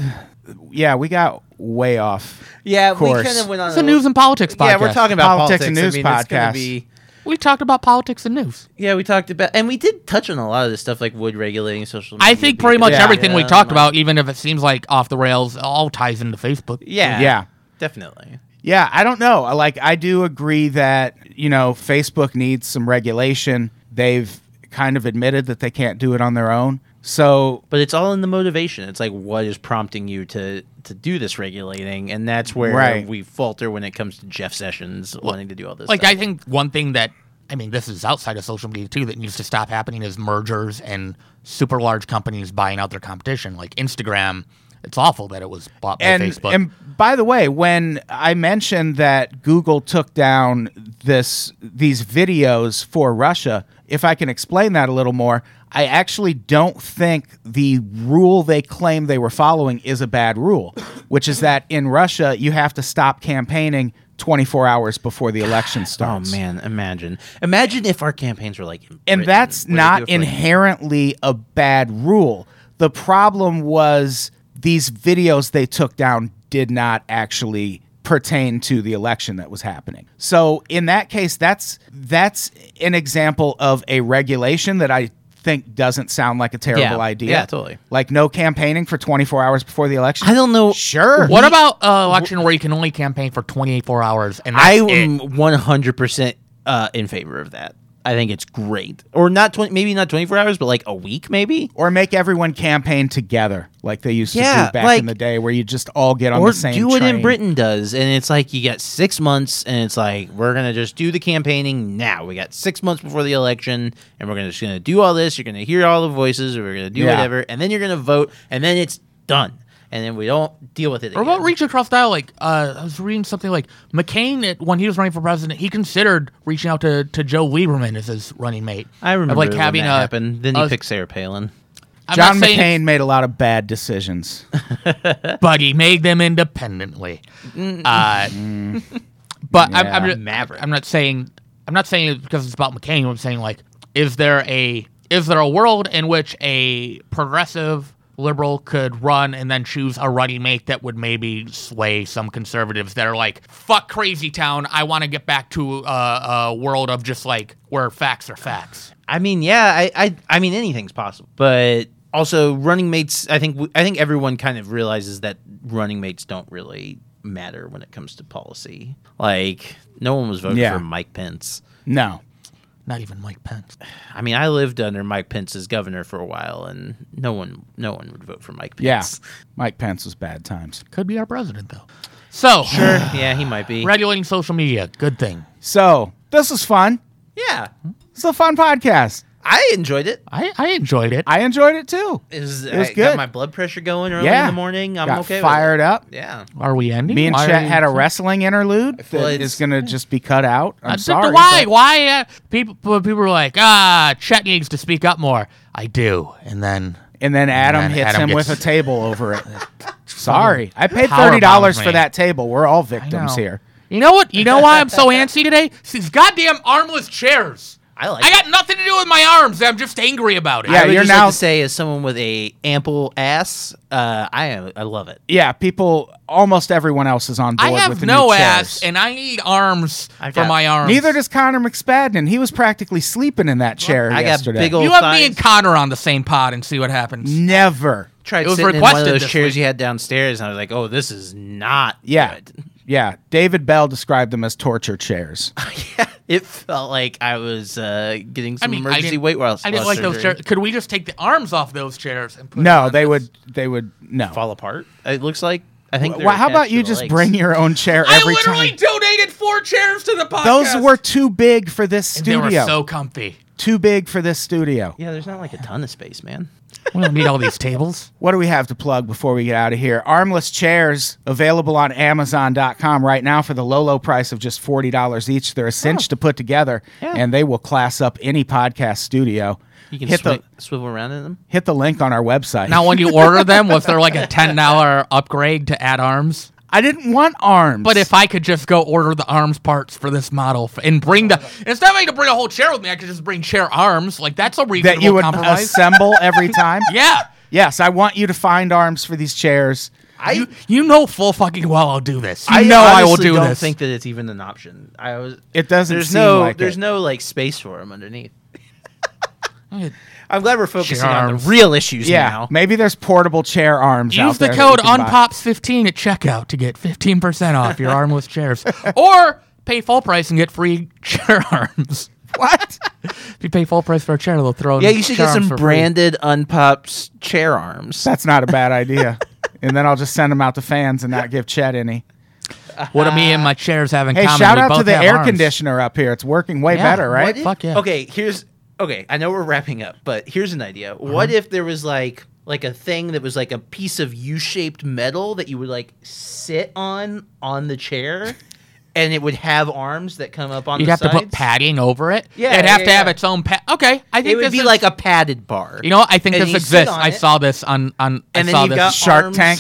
S4: Yeah, we got way off.
S5: Yeah,
S4: Course. kinda
S5: went on.
S3: It's a news and politics podcast.
S5: Uh, Yeah, we're talking about
S4: Politics
S5: politics,
S4: and news
S5: I mean, it's gonna
S4: podcast.
S5: be-
S3: We talked about politics and news.
S5: yeah, we talked about, and we did touch on a lot of this stuff, like wood regulating social. media.
S3: I think pretty much
S4: Yeah.
S3: everything we
S5: Yeah,
S3: talked about, even if it seems like off the rails, all ties into Facebook.
S5: Yeah,
S4: Yeah.
S5: definitely.
S4: Yeah, I don't know. I- Like, I do agree that, you know, Facebook needs some regulation. They've kind of admitted that they can't do it on their own. So,
S5: But it's all in the motivation. It's like what is prompting you to to do this regulating, and that's where
S4: Right.
S5: we falter when it comes to Jeff Sessions wanting to do all this.
S3: Like,
S5: stuff.
S3: I think one thing that, I mean, this is outside of social media too, that needs to stop happening is mergers and super large companies buying out their competition. Like Instagram, it's awful that it was bought by
S4: and,
S3: Facebook.
S4: and by the way, when I mentioned that Google took down this these videos for Russia, if I can explain that a little more, I actually don't think the rule they claim they were following is a bad rule, which is that in Russia you have to stop campaigning 24 hours before the election
S5: Oh
S4: starts.
S5: man, imagine, imagine if our campaigns were like, in
S4: and
S5: Britain,
S4: that's
S5: where they do
S4: not
S5: it for, like,
S4: inherently a bad rule. The problem was these videos they took down did not actually pertain to the election that was happening. So in that case that's that's an example of a regulation that I think doesn't sound like a terrible
S5: Yeah.
S4: idea.
S5: Yeah, totally.
S4: Like no campaigning for 24 hours before the election.
S5: I don't know.
S4: Sure.
S3: what about an election where you can only campaign for 24 hours? And that's
S5: I
S3: it?
S5: am one hundred percent uh, in favor of that. I think it's great, or not twenty, maybe not twenty four hours, but like a week, maybe.
S4: or make everyone campaign together like they used to
S5: Yeah,
S4: do back
S5: like-
S4: in the day where you just all get on
S5: or
S4: the same
S5: do what in
S4: train.
S5: Britain does, and it's like you got six months, and it's like we're gonna just do the campaigning now. We got six months before the election, and we're gonna just gonna do all this. You're gonna hear all the voices, or we're gonna do
S4: Yeah.
S5: whatever, and then you're gonna vote, and then it's done, and then we don't deal with it.
S3: Or about
S5: again.
S3: reach across the aisle? Like uh, I was reading something like McCain, at, when he was running for president, he considered reaching out to, to Joe Lieberman as his running mate.
S5: I
S3: Of,
S5: remember
S3: like
S5: when
S3: having
S5: that
S3: a
S5: happened. Then he
S3: a-
S5: picked Sarah Palin.
S3: I'm
S4: John
S3: not saying-
S4: McCain made a lot of bad decisions.
S3: but he made them independently. Uh, but I'm, I'm,
S4: Yeah.
S3: just- I'm not saying I'm not saying it because it's about McCain. I'm saying like, is there a is there a world in which a progressive liberal could run and then choose a running mate that would maybe sway some conservatives that are like, fuck crazy town. I want to get back to uh, a world of just like where facts are facts.
S5: I mean, yeah, I, I, I mean, anything's possible. But also, running mates. I think, I think everyone kind of realizes that running mates don't really matter when it comes to policy. Like, no one was voting
S4: Yeah.
S5: for Mike Pence.
S4: No.
S3: Not even Mike Pence.
S5: I mean, I lived under Mike Pence as governor for a while, and no one, no one would vote for Mike
S4: Yeah.
S5: Pence.
S4: Mike Pence was bad times.
S3: Could be our president though. So
S5: sure. Yeah, he might be.
S3: regulating social media, good thing.
S4: So, this was fun.
S5: Yeah,
S4: It's a fun podcast.
S5: I enjoyed it.
S3: I, I enjoyed it.
S4: I enjoyed it too.
S5: It was,
S4: It was
S5: I
S4: good.
S5: Got my blood pressure going early
S4: yeah.
S5: in the morning. I'm
S4: Got
S5: okay.
S4: Fired
S5: with it.
S4: up.
S5: Yeah.
S3: Are we ending?
S4: Me and
S3: Why are
S4: Chet
S3: you-
S4: had a wrestling interlude
S5: feel
S4: that
S5: it's-
S4: is going to just be cut out. I'm
S3: I don't know
S4: sorry.
S3: why?
S4: but-
S3: Why? Uh, people people were like, ah, Chet needs to speak up more. I do, and then
S4: And then Adam
S3: then
S4: hits
S3: Adam
S4: him
S3: gets-
S4: with a table over it. sorry. I paid
S3: Power bombed
S4: $30
S3: me.
S4: for that table. We're all
S3: I
S4: victims
S3: know.
S4: here.
S3: You know what? You know why I'm so antsy today? It's these goddamn armless chairs.
S5: I like
S3: I
S5: it.
S3: got nothing to do with my arms. I'm just angry about it.
S4: Yeah,
S5: I would
S4: you're
S5: just
S4: now-
S5: like to say as someone with a ample ass, uh, I am, I love it.
S4: Yeah, people, almost everyone else is on board
S3: I
S4: with
S3: have
S4: the
S3: no
S4: new
S3: ass,
S4: chairs.
S3: and I need arms
S5: I've
S3: for
S5: got-
S3: my arms.
S4: Neither does Connor McSpadden. He was practically sleeping in that chair
S5: I got
S4: yesterday.
S5: big old-
S3: you have me
S5: thighs.
S3: and Connor on the same pod and see what happens.
S4: Never.
S3: It
S5: Tried
S3: was
S5: sitting in one of
S3: requested
S5: those
S3: this
S5: chairs
S3: week.
S5: you had downstairs, and I was like, "Oh, this is not
S4: Yeah.
S5: good."
S4: Yeah, David Bell described them as torture chairs.
S3: Oh,
S5: It felt like I was uh, getting
S3: I
S5: some
S3: mean, I
S5: emergency
S3: didn't,
S5: weight loss.
S3: I didn't
S5: loss
S3: like those
S5: surgery.
S3: chairs. Could we just take the arms off those chairs and put them
S4: No,
S3: on
S4: they
S3: this?
S4: would. They would no.
S5: Fall apart. It looks like I think. they're
S4: Well, how
S5: attached
S4: about
S5: to
S4: you
S5: the
S4: just
S5: legs.
S4: bring your own chair
S3: I
S4: every
S3: literally
S4: time?
S3: donated four chairs to the podcast.
S4: Those were too big for this
S3: And they
S4: studio.
S3: were so comfy.
S4: too big for this studio.
S5: Yeah, there's not like a ton of space, man.
S3: We don't need all these tables.
S4: What do we have to plug before we get out of here? Armless chairs available on Amazon.com right now for the low, low price of just forty dollars each. They're a
S3: Oh.
S4: cinch to put together,
S5: Yeah.
S4: and they will class up any podcast studio.
S5: You can
S4: hit
S5: swi-
S4: the
S5: swivel around in them.
S4: hit the link on our website.
S3: Now, when you order them, was there like a ten dollar upgrade to add arms?
S4: I didn't want arms,
S3: But if I could just go order the arms parts for this model f- and bring the instead of having to bring a whole chair with me, I could just bring chair arms. Like that's a reasonable
S4: that you would
S3: compromise.
S4: assemble every time.
S3: yeah,
S4: Yes, I want you to find arms for these chairs.
S3: you, you know full fucking well I'll do this. You
S5: I
S3: know I will
S5: honestly
S3: do
S5: don't
S3: this.
S5: think that it's even an option. I was.
S4: It doesn't
S5: There's
S4: seem
S5: no.
S4: like
S5: there's
S4: it.
S5: no like space for them underneath.
S3: Use
S5: I'm glad we're focusing on
S3: Charms.
S5: the real issues
S4: Yeah,
S5: now.
S4: maybe there's portable chair arms. out
S3: the
S4: there that you
S3: code
S4: can buy.
S3: unpops15 at checkout to get 15% off your armless chairs or pay full price and get free chair arms.
S4: What?
S3: If you pay full price for a chair, they'll throw in
S5: Yeah, you should
S3: chair
S5: get
S3: arms
S5: some
S3: for free.
S5: branded Unpops chair arms.
S4: That's not a bad idea. and then I'll just send them out to fans and not give Chet any.
S3: What do me and my chairs have in
S4: Hey,
S3: common?
S4: shout
S3: We
S4: out to
S3: both
S4: the
S3: have
S4: air
S3: arms.
S4: conditioner up here. It's working way
S3: Yeah.
S4: better, right?
S3: What Fuck yeah.
S5: Okay, here's okay. I know we're wrapping up, but here's an idea.
S3: Uh-huh.
S5: What if there was like like a thing that was like a piece of U-shaped metal that you would like sit on on the chair, and it would have arms that come up on.
S3: You'd
S5: the
S3: have to put
S5: sides?
S3: padding over it.
S5: Yeah,
S3: it'd have
S5: yeah,
S3: to have
S5: yeah.
S3: its own pad. Okay, I think
S5: It would
S3: this
S5: be
S3: is,
S5: like a padded bar.
S3: You know, what? I think
S5: and
S3: this
S5: you sit
S3: exists.
S5: on
S3: I
S5: it.
S3: saw this on on.
S5: and
S3: I
S5: then
S3: saw
S5: you've
S3: this.
S5: got
S4: Shark
S5: arms
S4: Tank.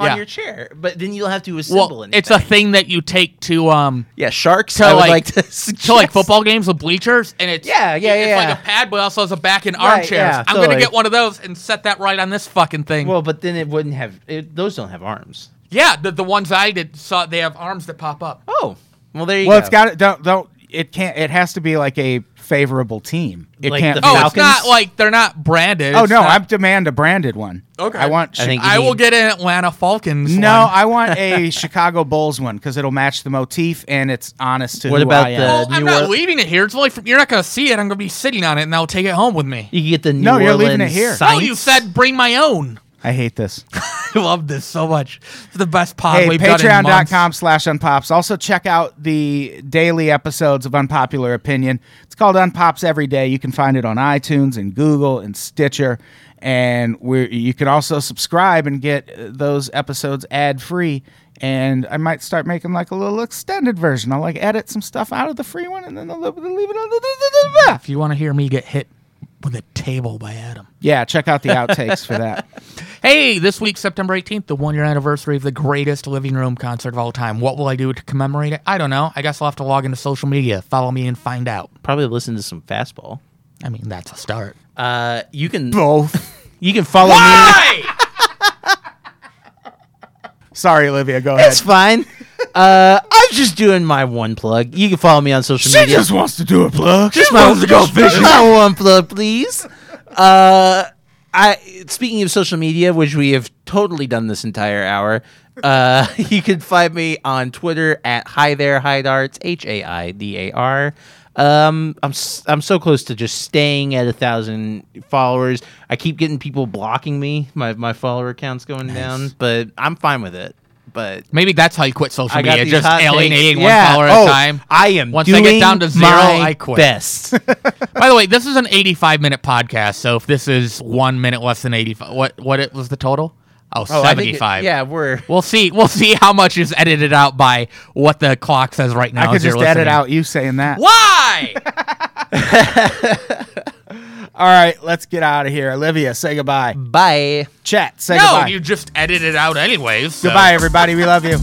S5: on
S3: Yeah.
S5: your chair, but then you'll have to assemble.
S3: well,
S5: anything.
S3: it's a thing that you take to um
S5: yeah sharks.
S3: to
S5: I would
S3: like,
S5: like to
S3: to like
S5: suggest.
S3: football games with bleachers, and it's
S5: Yeah, yeah,
S3: it's
S5: yeah,
S3: like
S5: yeah.
S3: a pad, but also has a back and
S5: Right,
S3: armchairs.
S5: yeah,
S3: I'm
S5: so,
S3: gonna
S5: like-
S3: get one of those and set that right on this fucking thing.
S5: Well, but then it wouldn't have. It, those don't have arms.
S3: yeah, the the ones I did saw they have arms that pop up.
S5: Oh, well there you
S4: Well,
S5: go.
S4: it's got it. Don't don't. It can't. It has to be like a favorable team. It
S5: Like
S4: can't.
S5: the
S4: be-
S3: Oh,
S5: Falcons?
S3: it's not like they're not branded.
S4: oh
S3: It's
S4: no!
S3: not-
S4: I demand a branded one.
S3: Okay.
S4: I want.
S5: I think
S3: I
S5: you
S3: will
S5: need-
S3: get an Atlanta Falcons.
S4: no,
S3: one.
S4: I want a Chicago Bulls one because it'll match the motif and it's honest to
S5: What
S4: who
S5: about
S4: I
S5: the-
S4: am.
S3: Well, I'm
S5: New
S3: not
S5: Orle-
S3: leaving it here. It's only from, you're not going to see it. I'm going to be sitting on it, and I'll take it home with me.
S5: You can get the New
S4: No,
S5: Orleans
S4: you're leaving it here.
S3: No,
S5: Saints.
S3: you said bring my own.
S4: I hate this.
S3: I love this so much. It's the best pod
S4: Hey,
S3: we've done in months.
S4: patreon.com slash unpops. Also, check out the daily episodes of Unpopular Opinion. It's called Unpops Every Day. You can find it on iTunes and Google and Stitcher. And we you can also subscribe and get uh, those episodes ad free. And I might start making like a little extended version. I'll like edit some stuff out of the free one and then I'll leave it on.
S3: If you want to hear me get hit with a table by Adam.
S4: Yeah, check out the outtakes for that.
S3: Hey, this week, September 18th, the one year anniversary of the greatest living room concert of all time. What will I do to commemorate it? I don't know. I guess I'll have to log into social media, follow me, and find out.
S5: probably listen to some fastball.
S3: I mean, that's a start.
S5: Uh, you can
S4: Both.
S5: you can follow me.
S4: Sorry, Olivia, go ahead.
S5: That's fine. Uh, I'm just doing my one plug. You can follow me on social
S4: She
S5: media.
S4: just wants to do a plug. She
S5: Just my-
S4: wants to go
S5: just
S4: fishing.
S5: my one plug, please. Uh, I speaking of social media, which we have totally done this entire hour. Uh, you can find me on Twitter at hi there hi darts h a i d a r. Um, I'm s- I'm so close to just staying at a thousand followers. I keep getting people blocking me. My my follower count's going down, but I'm fine with it. But
S3: Maybe that's how you quit social
S5: I got
S3: media,
S5: these
S3: just
S5: hot
S3: alienating
S5: takes.
S3: one
S5: Yeah.
S3: follower
S5: Oh,
S3: at E a time.
S5: I am
S3: Once
S5: doing
S3: I get down to zero,
S5: my
S3: I quit.
S5: Best.
S3: By the way, this is an 85 minute podcast, so if this is one minute less than 85, what what it was the total? Oh,
S5: Oh, I think it-
S3: 75.
S5: yeah, we're
S3: We'll see. We'll see how much is edited out by what the clock says right now.
S4: I could
S3: as you're
S4: just edit
S3: listening.
S4: out you saying that.
S3: Why?
S4: All right, let's get out of here. Olivia, say goodbye.
S5: bye.
S4: Chat, say
S3: no,
S4: goodbye.
S3: you just edit it out anyways. so-
S4: Goodbye, everybody. We love you.